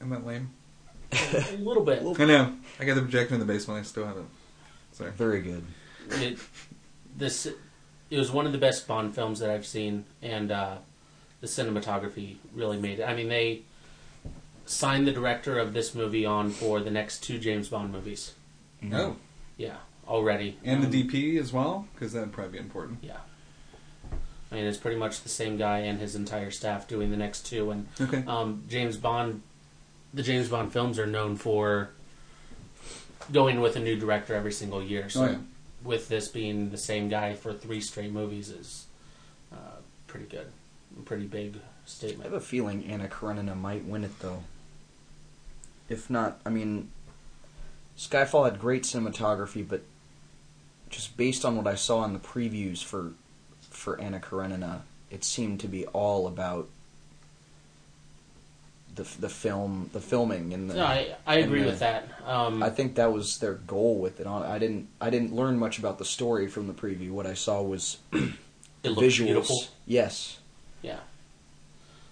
[SPEAKER 1] Isn't that lame?
[SPEAKER 2] A little bit.
[SPEAKER 1] I know. I got the projector in the basement. I still haven't. Sorry.
[SPEAKER 3] Very good.
[SPEAKER 2] it, this it was one of the best Bond films that I've seen, and uh, the cinematography really made it. I mean, they signed the director of this movie on for the next two James Bond movies.
[SPEAKER 1] Oh,
[SPEAKER 2] Yeah, already.
[SPEAKER 1] and
[SPEAKER 2] Um,
[SPEAKER 1] the DP as well because that'd probably be important.
[SPEAKER 2] Yeah. I mean, it's pretty much the same guy and his entire staff doing the next two. And
[SPEAKER 1] Okay.
[SPEAKER 2] um, James Bond, the James Bond films are known for going with a new director every single year. So
[SPEAKER 1] Oh, yeah.
[SPEAKER 2] with this being the same guy for three straight movies is uh, pretty good, pretty big
[SPEAKER 3] I have a
[SPEAKER 2] statement.
[SPEAKER 3] feeling Anna Karenina might win it though. If not, I mean, Skyfall had great cinematography, but just based on what I saw in the previews for for Anna Karenina, it seemed to be all about the f- the film, the filming, and the.
[SPEAKER 2] No, I, I agree
[SPEAKER 3] And, uh,
[SPEAKER 2] with that. Um,
[SPEAKER 3] I think that was their goal with it. I didn't I didn't learn much about the story from the preview. What I saw was
[SPEAKER 2] it looked
[SPEAKER 3] visuals.
[SPEAKER 2] beautiful.
[SPEAKER 3] Yes,
[SPEAKER 2] Yeah,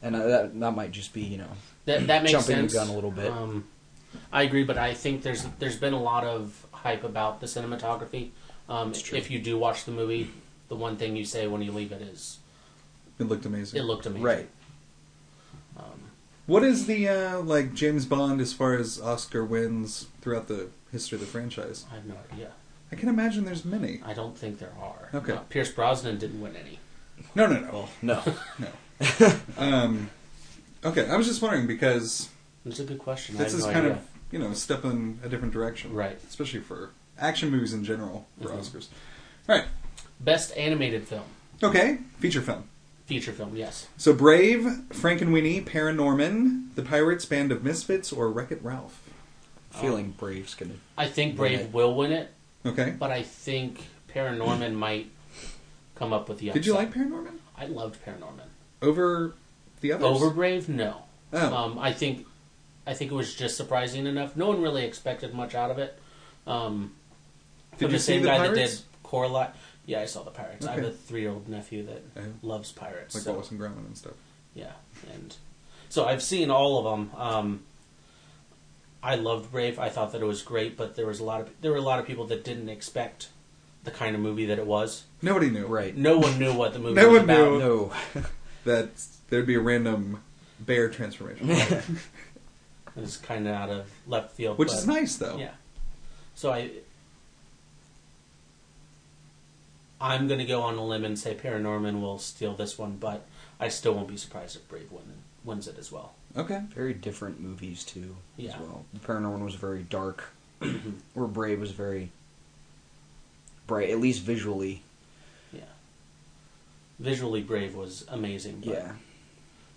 [SPEAKER 3] and I, that that might just be you know
[SPEAKER 2] that that makes
[SPEAKER 3] Jumping the
[SPEAKER 2] sense.
[SPEAKER 3] gun a little bit.
[SPEAKER 2] Um, I agree, but I think there's there's been a lot of hype about the cinematography. Um,
[SPEAKER 3] It's true.
[SPEAKER 2] if you do watch the movie, the one thing you say when you leave it is,
[SPEAKER 1] It looked amazing.
[SPEAKER 2] "It looked amazing." Um,
[SPEAKER 3] right.
[SPEAKER 1] What is the uh, like James Bond as far as Oscar wins throughout the history of the franchise?
[SPEAKER 2] I have no idea.
[SPEAKER 1] I can imagine there's many.
[SPEAKER 2] I don't think there are.
[SPEAKER 1] Okay.
[SPEAKER 2] Uh, Pierce Brosnan didn't win any.
[SPEAKER 1] No, no, no.
[SPEAKER 3] No.
[SPEAKER 1] Um, okay, I was just wondering because
[SPEAKER 2] It's a good question.
[SPEAKER 1] this
[SPEAKER 2] I
[SPEAKER 1] is
[SPEAKER 2] have no
[SPEAKER 1] kind
[SPEAKER 2] idea.
[SPEAKER 1] of you know a step in a different direction,
[SPEAKER 2] Right.
[SPEAKER 1] Especially for action movies in general for
[SPEAKER 2] Mhm.
[SPEAKER 1] Oscars. All right,
[SPEAKER 2] best animated film,
[SPEAKER 1] okay, feature film.
[SPEAKER 2] feature film. Yes,
[SPEAKER 1] So Brave, Frankenweenie, Paranorman, The Pirates Band of Misfits, or Wreck It Ralph.
[SPEAKER 3] Feeling Brave's gonna.
[SPEAKER 2] I think
[SPEAKER 3] Win
[SPEAKER 2] Brave
[SPEAKER 3] it.
[SPEAKER 2] will win it,
[SPEAKER 1] Okay.
[SPEAKER 2] but I think Paranorman might come up with the.
[SPEAKER 1] Did you
[SPEAKER 2] upset.
[SPEAKER 1] like Paranorman
[SPEAKER 2] I loved Paranorman.
[SPEAKER 1] over the others?
[SPEAKER 2] Over Brave, no.
[SPEAKER 1] Oh.
[SPEAKER 2] Um, I think, I think it was just surprising enough. No one really expected much out of it. Um,
[SPEAKER 1] Did
[SPEAKER 2] from
[SPEAKER 1] you
[SPEAKER 2] the
[SPEAKER 1] see
[SPEAKER 2] same
[SPEAKER 1] the
[SPEAKER 2] guy
[SPEAKER 1] Pirates?
[SPEAKER 2] that did Coraline? Yeah, I saw the Pirates. I have
[SPEAKER 1] Okay.
[SPEAKER 2] a three-year-old nephew that
[SPEAKER 1] Oh.
[SPEAKER 2] loves pirates.
[SPEAKER 1] like
[SPEAKER 2] so-
[SPEAKER 1] Wallace and Gromit and stuff.
[SPEAKER 2] yeah, and so I've seen all of them. Um, I loved Brave. I thought that it was great, but there was a lot of there were a lot of people that didn't expect the kind of movie that it was.
[SPEAKER 1] Nobody knew.
[SPEAKER 3] Right.
[SPEAKER 2] No one knew what the movie
[SPEAKER 1] No
[SPEAKER 2] was
[SPEAKER 1] one
[SPEAKER 2] about.
[SPEAKER 1] knew.
[SPEAKER 3] No.
[SPEAKER 1] that there'd be a random bear transformation,
[SPEAKER 2] It was kind of out of left field,
[SPEAKER 1] which
[SPEAKER 2] but-
[SPEAKER 1] is nice though.
[SPEAKER 2] Yeah. So I, I'm gonna go on a limb and say Paranorman will steal this one, but I still won't be surprised if Brave win, wins it as well.
[SPEAKER 1] Okay.
[SPEAKER 3] Very different movies too. As
[SPEAKER 2] Yeah. Mm-hmm.
[SPEAKER 3] well, the Paranorman was very dark, where Brave was very bright, at least visually.
[SPEAKER 2] Yeah. Visually, Brave was amazing. But
[SPEAKER 3] Yeah.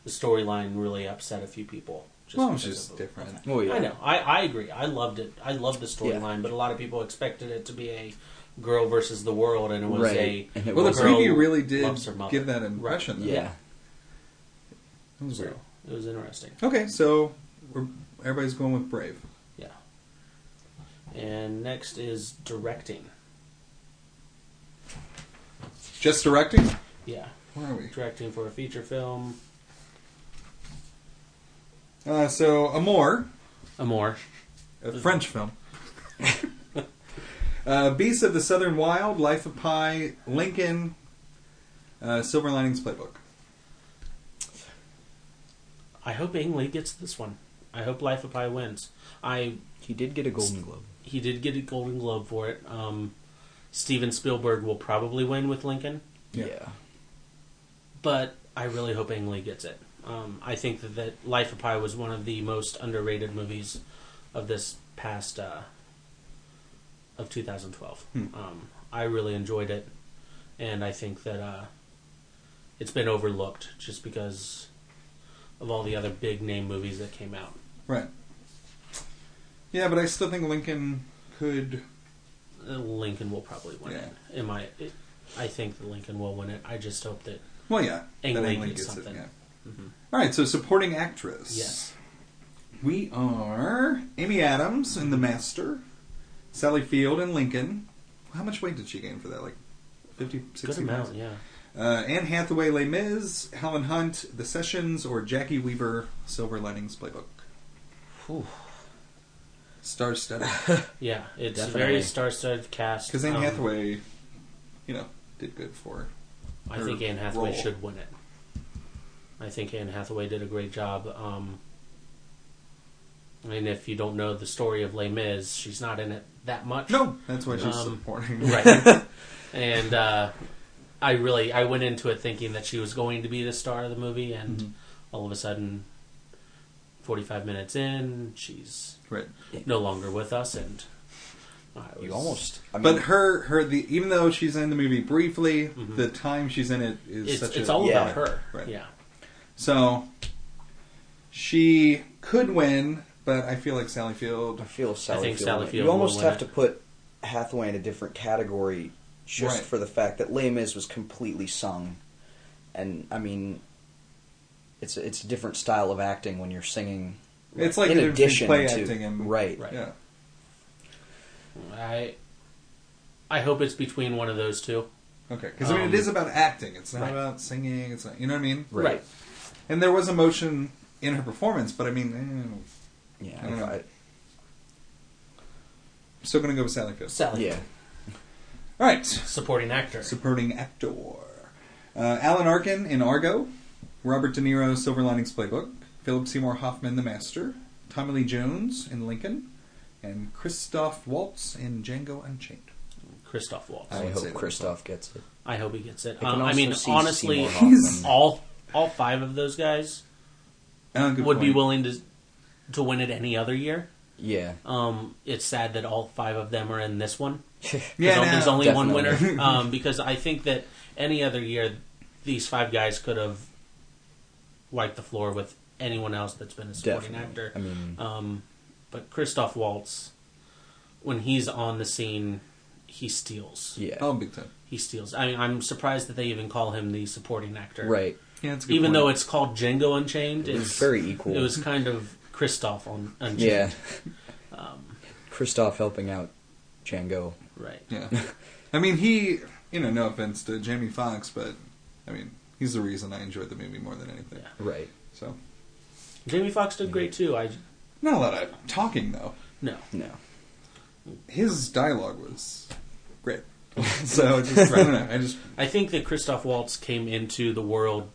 [SPEAKER 2] The storyline really upset a few people.
[SPEAKER 1] Well, it's
[SPEAKER 2] because
[SPEAKER 1] just
[SPEAKER 2] of-
[SPEAKER 1] different.
[SPEAKER 3] Oh yeah.
[SPEAKER 2] I know. I, I agree. I loved it. I loved the storyline, but a lot of people expected it to be a girl versus the world, and it was
[SPEAKER 3] Right.
[SPEAKER 2] a
[SPEAKER 3] And it
[SPEAKER 1] Well, the
[SPEAKER 3] was
[SPEAKER 2] girl
[SPEAKER 1] preview really did
[SPEAKER 2] loves her mother.
[SPEAKER 1] give that impression.
[SPEAKER 3] yeah.
[SPEAKER 1] though. That was
[SPEAKER 2] So,
[SPEAKER 1] weird.
[SPEAKER 2] it was interesting.
[SPEAKER 1] Okay, so we're, everybody's going with Brave.
[SPEAKER 2] Yeah. And next is directing.
[SPEAKER 1] Just directing?
[SPEAKER 2] Yeah,
[SPEAKER 1] Where are we?
[SPEAKER 2] directing for a feature film.
[SPEAKER 1] Uh, so, Amour,
[SPEAKER 2] Amor.
[SPEAKER 1] a French film. uh, Beasts of the Southern Wild, Life of Pi, Lincoln, uh, Silver Linings Playbook.
[SPEAKER 2] I hope Ang Lee gets this one. I hope Life of Pi wins. I
[SPEAKER 3] He did get a Golden Globe.
[SPEAKER 2] he did get a Golden Globe for it. Um, Steven Spielberg will probably win with Lincoln,
[SPEAKER 1] Yeah.
[SPEAKER 2] but I really hope Ang Lee gets it. Um, I think that, that Life of Pi was one of the most underrated movies of this past uh, of 2012.
[SPEAKER 1] Hmm.
[SPEAKER 2] Um, I really enjoyed it, and I think that uh, it's been overlooked just because of all the other big name movies that came out.
[SPEAKER 1] Right. Yeah, but I still think Lincoln could.
[SPEAKER 2] Uh, Lincoln will probably win
[SPEAKER 1] Yeah.
[SPEAKER 2] it. In my, it, I think that Lincoln will win it. I just hope that
[SPEAKER 1] Well, yeah.
[SPEAKER 2] Ang
[SPEAKER 1] that
[SPEAKER 2] Lee
[SPEAKER 1] Ang Lee
[SPEAKER 2] gets something.
[SPEAKER 1] All right, so supporting actress.
[SPEAKER 2] yes,
[SPEAKER 1] We are Amy Adams in The Master, Sally Field in Lincoln. How much weight did she gain for that? Like 50, 60
[SPEAKER 2] good amount.
[SPEAKER 1] pounds?
[SPEAKER 2] Yeah,
[SPEAKER 1] Uh, Anne Hathaway, Les Mis, Helen Hunt, The Sessions, or Jackie Weaver, Silver Linings Playbook.
[SPEAKER 3] Whew.
[SPEAKER 1] Star-studded.
[SPEAKER 2] yeah. It's a
[SPEAKER 3] Definitely.
[SPEAKER 2] very star-studded cast.
[SPEAKER 1] Because Anne
[SPEAKER 2] Um,
[SPEAKER 1] Hathaway, you know, did good for.
[SPEAKER 2] I
[SPEAKER 1] her
[SPEAKER 2] think Anne Hathaway
[SPEAKER 1] role.
[SPEAKER 2] should win it. I think Anne Hathaway did a great job. Um, And if you don't know the story of Les Mis, she's not in it that much.
[SPEAKER 1] No, that's why she's
[SPEAKER 2] Um,
[SPEAKER 1] supporting.
[SPEAKER 2] right. and uh, I really I went into it thinking that she was going to be the star of the movie, and
[SPEAKER 1] Mm-hmm.
[SPEAKER 2] all of a sudden, forty five minutes in, she's
[SPEAKER 1] Right.
[SPEAKER 2] no longer with us, and I was,
[SPEAKER 3] You almost. I mean,
[SPEAKER 1] But her, her, the even though she's in the movie briefly, the time she's in it is
[SPEAKER 2] Mm-hmm. it's,
[SPEAKER 1] such
[SPEAKER 2] it's
[SPEAKER 1] a
[SPEAKER 2] all
[SPEAKER 3] yeah.
[SPEAKER 2] about her.
[SPEAKER 1] Right.
[SPEAKER 2] Yeah,
[SPEAKER 1] So she could win, but I feel like Sally Field.
[SPEAKER 3] I feel Sally,
[SPEAKER 2] think
[SPEAKER 3] Field,
[SPEAKER 2] Sally
[SPEAKER 3] might-
[SPEAKER 2] Field
[SPEAKER 3] You
[SPEAKER 2] will
[SPEAKER 3] almost
[SPEAKER 2] win
[SPEAKER 3] have
[SPEAKER 2] it.
[SPEAKER 3] to put Hathaway in a different category just
[SPEAKER 1] Right.
[SPEAKER 3] for the fact that Les Mis was completely sung, and I mean, it's a, it's a different style of acting when you're singing.
[SPEAKER 1] It's like
[SPEAKER 3] in
[SPEAKER 1] the difference
[SPEAKER 3] addition
[SPEAKER 1] between
[SPEAKER 3] to
[SPEAKER 1] play acting and
[SPEAKER 3] right,
[SPEAKER 2] Right.
[SPEAKER 1] Yeah.
[SPEAKER 2] I I hope it's between one of those two.
[SPEAKER 1] Okay. Because I mean,
[SPEAKER 2] Um,
[SPEAKER 1] it is about acting. It's not
[SPEAKER 2] right.
[SPEAKER 1] about singing. It's not. You know what I mean? And there was emotion in her performance, but I mean, eh, I'm
[SPEAKER 3] Yeah,
[SPEAKER 1] I don't
[SPEAKER 3] if
[SPEAKER 1] know. still gonna go with Sally Field.
[SPEAKER 3] I-
[SPEAKER 2] Sally,
[SPEAKER 3] yeah.
[SPEAKER 1] All right.
[SPEAKER 2] supporting actor.
[SPEAKER 1] Supporting actor. Uh, Alan Arkin in Argo. Robert De Niro, Silver Linings Playbook. Philip Seymour Hoffman, The Master. Tommy Lee Jones in Lincoln. And Christoph Waltz in Django Unchained.
[SPEAKER 2] Christoph Waltz.
[SPEAKER 1] I
[SPEAKER 3] I,
[SPEAKER 1] would say
[SPEAKER 3] hope
[SPEAKER 1] that.
[SPEAKER 3] Christoph gets it.
[SPEAKER 2] I hope he gets it.
[SPEAKER 3] I can
[SPEAKER 2] Um, I
[SPEAKER 3] also
[SPEAKER 2] mean,
[SPEAKER 3] see
[SPEAKER 2] honestly,
[SPEAKER 3] Seymour Hoffman.
[SPEAKER 2] all all five of those guys
[SPEAKER 1] Uh, good
[SPEAKER 2] would be
[SPEAKER 1] point.
[SPEAKER 2] willing to to win it any other year.
[SPEAKER 3] Yeah,
[SPEAKER 2] Um, it's sad that all five of them are in this one. 'Cause
[SPEAKER 1] Yeah,
[SPEAKER 2] o-
[SPEAKER 1] no.
[SPEAKER 2] there's only one
[SPEAKER 3] Definitely.
[SPEAKER 2] winner. Um, because I think that any other year, these five guys could have wiped the floor with anyone else that's been a supporting
[SPEAKER 3] definitely.
[SPEAKER 2] actor.
[SPEAKER 3] I mean,
[SPEAKER 2] Um, but Christoph Waltz, when he's on the scene, he steals.
[SPEAKER 3] yeah,
[SPEAKER 1] Oh, big time.
[SPEAKER 2] He steals. I mean, I'm surprised that they even call him the supporting actor.
[SPEAKER 3] right.
[SPEAKER 1] Yeah, that's a good
[SPEAKER 2] Even
[SPEAKER 1] point.
[SPEAKER 2] though it's called Django Unchained,
[SPEAKER 3] It was
[SPEAKER 2] it's
[SPEAKER 3] very equal.
[SPEAKER 2] It was kind of Christoph on Unchained.
[SPEAKER 3] yeah.
[SPEAKER 2] Um,
[SPEAKER 3] Christoph helping out Django.
[SPEAKER 2] right.
[SPEAKER 1] Yeah. I mean, he, you know, no offense to Jamie Foxx, but, I mean, he's the reason I enjoyed the movie more than anything.
[SPEAKER 2] Yeah.
[SPEAKER 3] Right.
[SPEAKER 1] So,
[SPEAKER 2] Jamie Foxx did great too. I
[SPEAKER 1] not a lot of talking, though.
[SPEAKER 2] no.
[SPEAKER 3] No.
[SPEAKER 1] His dialogue was great. so, just, I don't know. I just,
[SPEAKER 2] I think that Christoph Waltz came into the world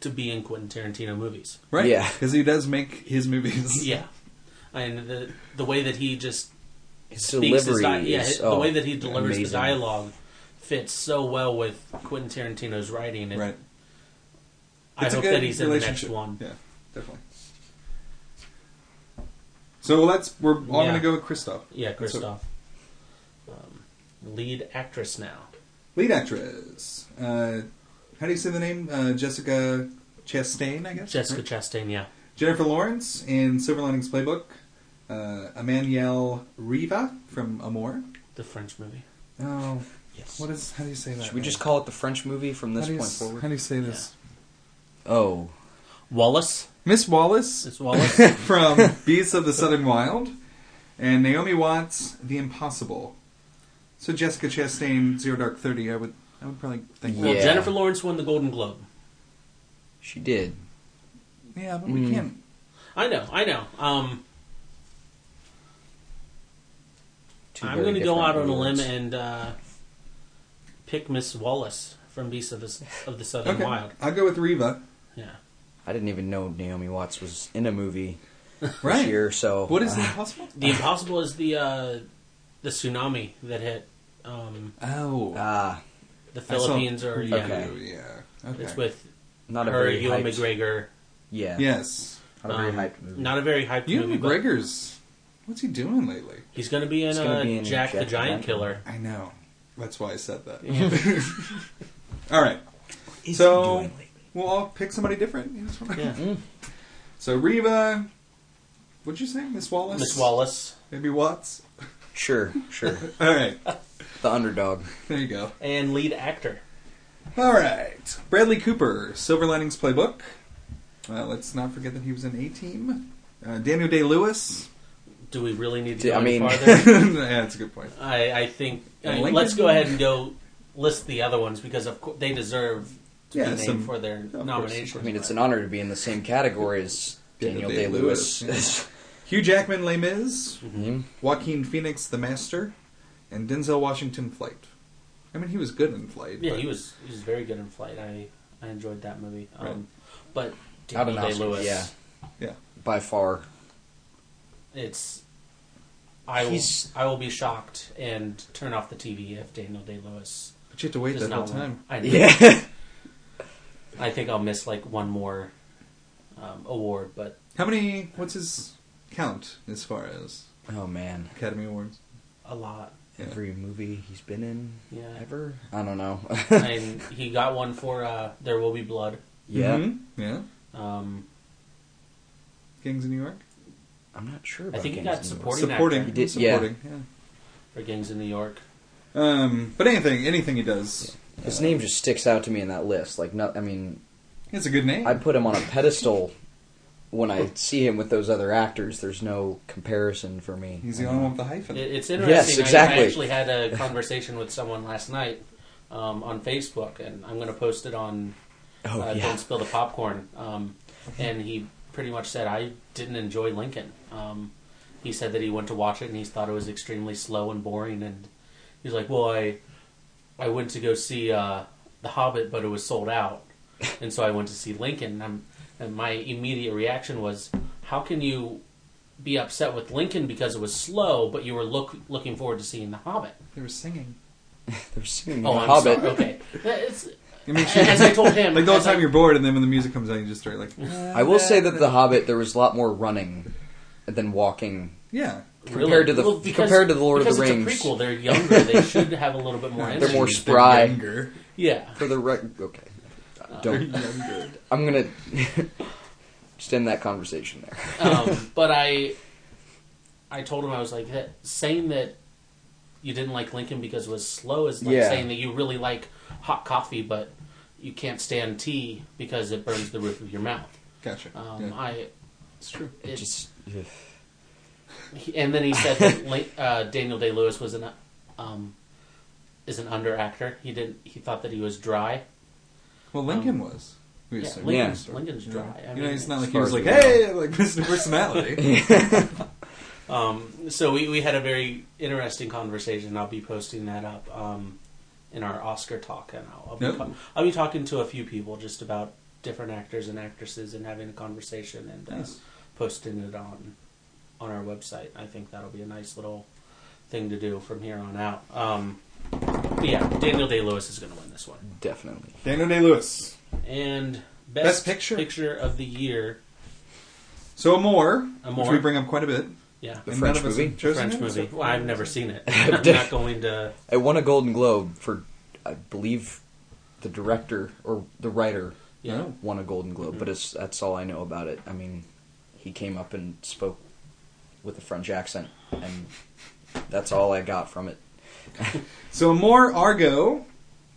[SPEAKER 2] to be in Quentin Tarantino movies.
[SPEAKER 1] right?
[SPEAKER 3] Yeah.
[SPEAKER 1] Because he does make his movies.
[SPEAKER 2] Yeah, and the the way that he just
[SPEAKER 3] His
[SPEAKER 2] speaks his di- yeah,
[SPEAKER 3] is,
[SPEAKER 2] the
[SPEAKER 3] oh,
[SPEAKER 2] way that he delivers the
[SPEAKER 3] amazing.
[SPEAKER 2] dialogue fits so well with Quentin Tarantino's writing. And
[SPEAKER 1] Right.
[SPEAKER 2] I
[SPEAKER 1] It's a
[SPEAKER 2] hope
[SPEAKER 1] good
[SPEAKER 2] that he's in the next
[SPEAKER 1] relationship.
[SPEAKER 2] one.
[SPEAKER 1] Yeah, definitely. So let's. We're all going
[SPEAKER 2] Yeah.
[SPEAKER 1] to go with Christoph.
[SPEAKER 2] Yeah,
[SPEAKER 1] That's what-
[SPEAKER 2] Christoph, um, lead actress now.
[SPEAKER 1] Lead actress. Uh, how do you say the name? Uh, Jessica Chastain, I guess.
[SPEAKER 2] Jessica
[SPEAKER 1] right?
[SPEAKER 2] Chastain. Yeah,
[SPEAKER 1] Jennifer Lawrence in Silver Linings Playbook. Uh, Emmanuel Riva from Amour.
[SPEAKER 2] the French movie.
[SPEAKER 1] Oh,
[SPEAKER 3] Yes.
[SPEAKER 1] what is? How do you say that?
[SPEAKER 3] Should we
[SPEAKER 1] name?
[SPEAKER 3] just call it the French movie from
[SPEAKER 1] How
[SPEAKER 3] this
[SPEAKER 1] do you
[SPEAKER 3] point
[SPEAKER 1] s-
[SPEAKER 3] forward?
[SPEAKER 1] How do you say this?
[SPEAKER 3] Oh,
[SPEAKER 2] Wallace.
[SPEAKER 1] Miss Wallace
[SPEAKER 2] It's Wallace.
[SPEAKER 1] from Beasts of the Southern Wild, and Naomi Watts, The Impossible. So Jessica Chastain, Zero Dark Thirty. I would, I would probably think.
[SPEAKER 2] Well,
[SPEAKER 3] Yeah.
[SPEAKER 2] Jennifer Lawrence won the Golden Globe.
[SPEAKER 3] she did.
[SPEAKER 1] That. Yeah, but we
[SPEAKER 3] Mm.
[SPEAKER 1] can't.
[SPEAKER 2] I know, I know. Um,
[SPEAKER 3] Two
[SPEAKER 2] I'm
[SPEAKER 3] very
[SPEAKER 2] going to go
[SPEAKER 3] different
[SPEAKER 2] out on a limb
[SPEAKER 3] awards.
[SPEAKER 2] and uh, pick Miss Wallace from Beast of the, of the Southern
[SPEAKER 1] Okay,
[SPEAKER 2] Wild.
[SPEAKER 1] I'll go with Reva.
[SPEAKER 2] Yeah,
[SPEAKER 3] I didn't even know Naomi Watts was in a movie
[SPEAKER 1] Right.
[SPEAKER 3] this year. So
[SPEAKER 1] What is The
[SPEAKER 3] uh,
[SPEAKER 1] Impossible?
[SPEAKER 2] The Impossible is the uh, the tsunami that hit um,
[SPEAKER 1] Oh,
[SPEAKER 3] Ah,
[SPEAKER 2] the
[SPEAKER 1] I saw-
[SPEAKER 2] Philippines, or yeah,
[SPEAKER 3] Okay.
[SPEAKER 1] yeah, okay.
[SPEAKER 2] it's with
[SPEAKER 3] not a
[SPEAKER 2] her,
[SPEAKER 3] very
[SPEAKER 2] Ewan
[SPEAKER 3] hyped-
[SPEAKER 2] McGregor.
[SPEAKER 3] Yeah,
[SPEAKER 1] Yes,
[SPEAKER 3] Not a very
[SPEAKER 2] Um,
[SPEAKER 3] hyped movie.
[SPEAKER 2] Not a very hyped
[SPEAKER 1] Ewan
[SPEAKER 2] movie. but
[SPEAKER 1] McGregor's. What's he doing lately?
[SPEAKER 2] He's going to be in,
[SPEAKER 3] He's gonna
[SPEAKER 2] uh,
[SPEAKER 3] be in
[SPEAKER 2] Jack, the
[SPEAKER 3] Jack the
[SPEAKER 2] Giant
[SPEAKER 3] Giant
[SPEAKER 2] Killer.
[SPEAKER 1] I know. That's why I said that.
[SPEAKER 2] Yeah.
[SPEAKER 1] All right,
[SPEAKER 3] Is
[SPEAKER 1] so-
[SPEAKER 3] he doing lately?
[SPEAKER 1] we'll all pick somebody different. You just wanna-
[SPEAKER 2] Yeah.
[SPEAKER 1] So Reva, what'd you say, Miss Wallace?
[SPEAKER 2] Miss Wallace
[SPEAKER 1] Maybe Watts.
[SPEAKER 3] sure, sure.
[SPEAKER 1] All right,
[SPEAKER 3] the underdog.
[SPEAKER 1] there you go.
[SPEAKER 2] and lead actor.
[SPEAKER 1] All right, Bradley Cooper, Silver Linings Playbook. Uh, let's not forget that he was in A Team. Uh, Daniel Day Lewis.
[SPEAKER 2] Do we really need to?
[SPEAKER 3] Do-
[SPEAKER 2] Go
[SPEAKER 3] I
[SPEAKER 2] any
[SPEAKER 3] mean-
[SPEAKER 2] farther?
[SPEAKER 1] yeah, that's a good point.
[SPEAKER 2] I, I think I mean,
[SPEAKER 1] Lincoln?
[SPEAKER 2] let's go ahead and go list the other ones because of course they deserve to
[SPEAKER 1] Yeah,
[SPEAKER 2] be named
[SPEAKER 1] some-
[SPEAKER 2] for their
[SPEAKER 1] course.
[SPEAKER 2] nominations.
[SPEAKER 3] I mean, it's an honor to be in the same category as
[SPEAKER 1] Daniel
[SPEAKER 3] Daniel Day
[SPEAKER 1] Day-Lewis,
[SPEAKER 3] Lewis.
[SPEAKER 1] Hugh Jackman, Les Mis.
[SPEAKER 3] Hmm?
[SPEAKER 1] Joaquin Phoenix, The Master. And Denzel Washington, Flight. I mean, he was good in Flight.
[SPEAKER 2] yeah,
[SPEAKER 1] but-
[SPEAKER 2] he was he was very good in Flight. I I enjoyed that movie. Um,
[SPEAKER 1] Right.
[SPEAKER 2] But
[SPEAKER 3] Not an
[SPEAKER 2] Daniel Day
[SPEAKER 3] Oscar,
[SPEAKER 2] Lewis,
[SPEAKER 3] yeah.
[SPEAKER 1] Yeah.
[SPEAKER 3] By far,
[SPEAKER 2] it's I will,
[SPEAKER 3] He's-
[SPEAKER 2] I will be shocked and turn off the TV if Daniel Day Lewis
[SPEAKER 1] But you have to wait
[SPEAKER 2] does
[SPEAKER 1] that whole
[SPEAKER 2] not win.
[SPEAKER 1] time.
[SPEAKER 2] I know.
[SPEAKER 3] Yeah.
[SPEAKER 2] I think I'll miss like one more um, award, but
[SPEAKER 1] How many? What's his count as far as
[SPEAKER 3] oh man.
[SPEAKER 1] Academy Awards?
[SPEAKER 2] a lot.
[SPEAKER 1] Yeah.
[SPEAKER 3] Every movie he's been in
[SPEAKER 2] Yeah.
[SPEAKER 3] ever. I don't know.
[SPEAKER 2] and he got one for uh, There Will Be Blood.
[SPEAKER 3] yeah.
[SPEAKER 1] Mhm. yeah.
[SPEAKER 2] Um,
[SPEAKER 1] Gangs of New York.
[SPEAKER 3] I'm not sure.
[SPEAKER 2] I
[SPEAKER 3] About
[SPEAKER 2] think he
[SPEAKER 3] Gangs
[SPEAKER 2] got
[SPEAKER 3] of New York.
[SPEAKER 2] Supporting
[SPEAKER 1] supporting,
[SPEAKER 2] actor.
[SPEAKER 3] He did- yeah.
[SPEAKER 1] supporting. Yeah.
[SPEAKER 2] for Gangs in New York.
[SPEAKER 1] Um, but anything, anything he does,
[SPEAKER 3] His name just sticks out to me in that list. Like, no, I mean,
[SPEAKER 1] it's a good name.
[SPEAKER 3] I put him on a pedestal when I see him with those other actors. There's no comparison for me.
[SPEAKER 1] He's the only one with the hyphen.
[SPEAKER 2] It, it's interesting.
[SPEAKER 3] Yes,
[SPEAKER 2] I-
[SPEAKER 3] exactly.
[SPEAKER 2] I, actually had a conversation with someone last night um, on Facebook, and I'm going to post it on
[SPEAKER 3] Oh
[SPEAKER 2] uh,
[SPEAKER 3] yeah.
[SPEAKER 2] Don't Spill the Popcorn. Um,
[SPEAKER 1] Mm-hmm.
[SPEAKER 2] and he pretty much said, I didn't enjoy Lincoln. Um, he said that he went to watch it and he thought it was extremely slow and boring. And he was like, Well, I, I went to go see uh, The Hobbit, but it was sold out. And so I went to see Lincoln. And, I'm, and my immediate reaction was, How can you be upset with Lincoln because it was slow, but you were look, looking forward to seeing The Hobbit?
[SPEAKER 1] They were singing.
[SPEAKER 3] They're singing
[SPEAKER 2] Oh,
[SPEAKER 3] The
[SPEAKER 2] I'm
[SPEAKER 3] Hobbit.
[SPEAKER 2] sorry. Okay. It's,
[SPEAKER 1] I mean, she-
[SPEAKER 2] as I told him,
[SPEAKER 1] like the whole
[SPEAKER 2] as I-
[SPEAKER 1] time you're bored, and then when the music comes on, you just start like.
[SPEAKER 3] I will say that The Hobbit, there was a lot more running than walking.
[SPEAKER 1] Yeah,
[SPEAKER 3] compared to the- compared to the Lord of the
[SPEAKER 2] because it's a
[SPEAKER 3] Rings.
[SPEAKER 2] prequel, they're younger. They should have a little bit more.
[SPEAKER 3] They're
[SPEAKER 2] energy.
[SPEAKER 3] more spry.
[SPEAKER 1] younger.
[SPEAKER 2] Yeah.
[SPEAKER 3] For the record, okay.
[SPEAKER 1] They're
[SPEAKER 3] Don't.
[SPEAKER 1] younger.
[SPEAKER 3] I'm gonna just end that conversation there.
[SPEAKER 2] Um, but I, I told him I was like that, saying that you didn't like Lincoln because it was slow is like
[SPEAKER 3] Yeah.
[SPEAKER 2] saying that you really like hot coffee, but you can't stand tea because it burns the roof of your mouth.
[SPEAKER 1] Gotcha.
[SPEAKER 2] Um,
[SPEAKER 1] yeah.
[SPEAKER 2] I.
[SPEAKER 1] it's true.
[SPEAKER 3] It
[SPEAKER 2] it-
[SPEAKER 3] just.
[SPEAKER 2] He- and then he said that Lin- uh, Daniel Day Lewis was an um, is an under actor. He didn't. He thought that he was dry.
[SPEAKER 1] Well, Lincoln was. We
[SPEAKER 2] Yeah,
[SPEAKER 1] assume.
[SPEAKER 2] Lincoln's,
[SPEAKER 1] Yeah.
[SPEAKER 2] Lincoln's
[SPEAKER 1] You
[SPEAKER 2] dry.
[SPEAKER 1] know,
[SPEAKER 2] I
[SPEAKER 1] you know,
[SPEAKER 2] mean,
[SPEAKER 1] it's not like
[SPEAKER 3] as
[SPEAKER 1] he
[SPEAKER 3] far
[SPEAKER 1] was
[SPEAKER 3] as
[SPEAKER 1] like,
[SPEAKER 3] we know.
[SPEAKER 1] "Hey, like Mr. Personality."
[SPEAKER 2] Um, so we, we had a very interesting conversation. I'll be posting that up um, in our Oscar talk, and I'll, I'll, be
[SPEAKER 1] Yep.
[SPEAKER 2] ta- I'll be talking to a few people just about different actors and actresses and having a conversation and uh,
[SPEAKER 1] Nice.
[SPEAKER 2] posting it on on our website. I think that'll be a nice little thing to do from here on out. Um, but yeah, Daniel Day Lewis is going to win this one,
[SPEAKER 3] Definitely.
[SPEAKER 1] Daniel Day Lewis.
[SPEAKER 2] and best,
[SPEAKER 1] Best Picture?
[SPEAKER 2] picture of the year.
[SPEAKER 1] So Amore,
[SPEAKER 2] Amore.
[SPEAKER 1] which we bring up quite a bit.
[SPEAKER 2] Yeah.
[SPEAKER 3] The
[SPEAKER 1] and
[SPEAKER 3] French
[SPEAKER 1] none of us
[SPEAKER 3] movie?
[SPEAKER 1] have chosen
[SPEAKER 2] French
[SPEAKER 1] it,
[SPEAKER 2] movie.
[SPEAKER 1] except for-
[SPEAKER 2] Well, I've never seen it. I'm not going to.
[SPEAKER 3] I won a Golden Globe for, I believe, the director or the writer
[SPEAKER 2] Yeah.
[SPEAKER 1] No.
[SPEAKER 3] won a Golden Globe, but it's that's all I know about it. I mean, he came up and spoke with a French accent, and that's all I got from it.
[SPEAKER 1] So Amore Argo,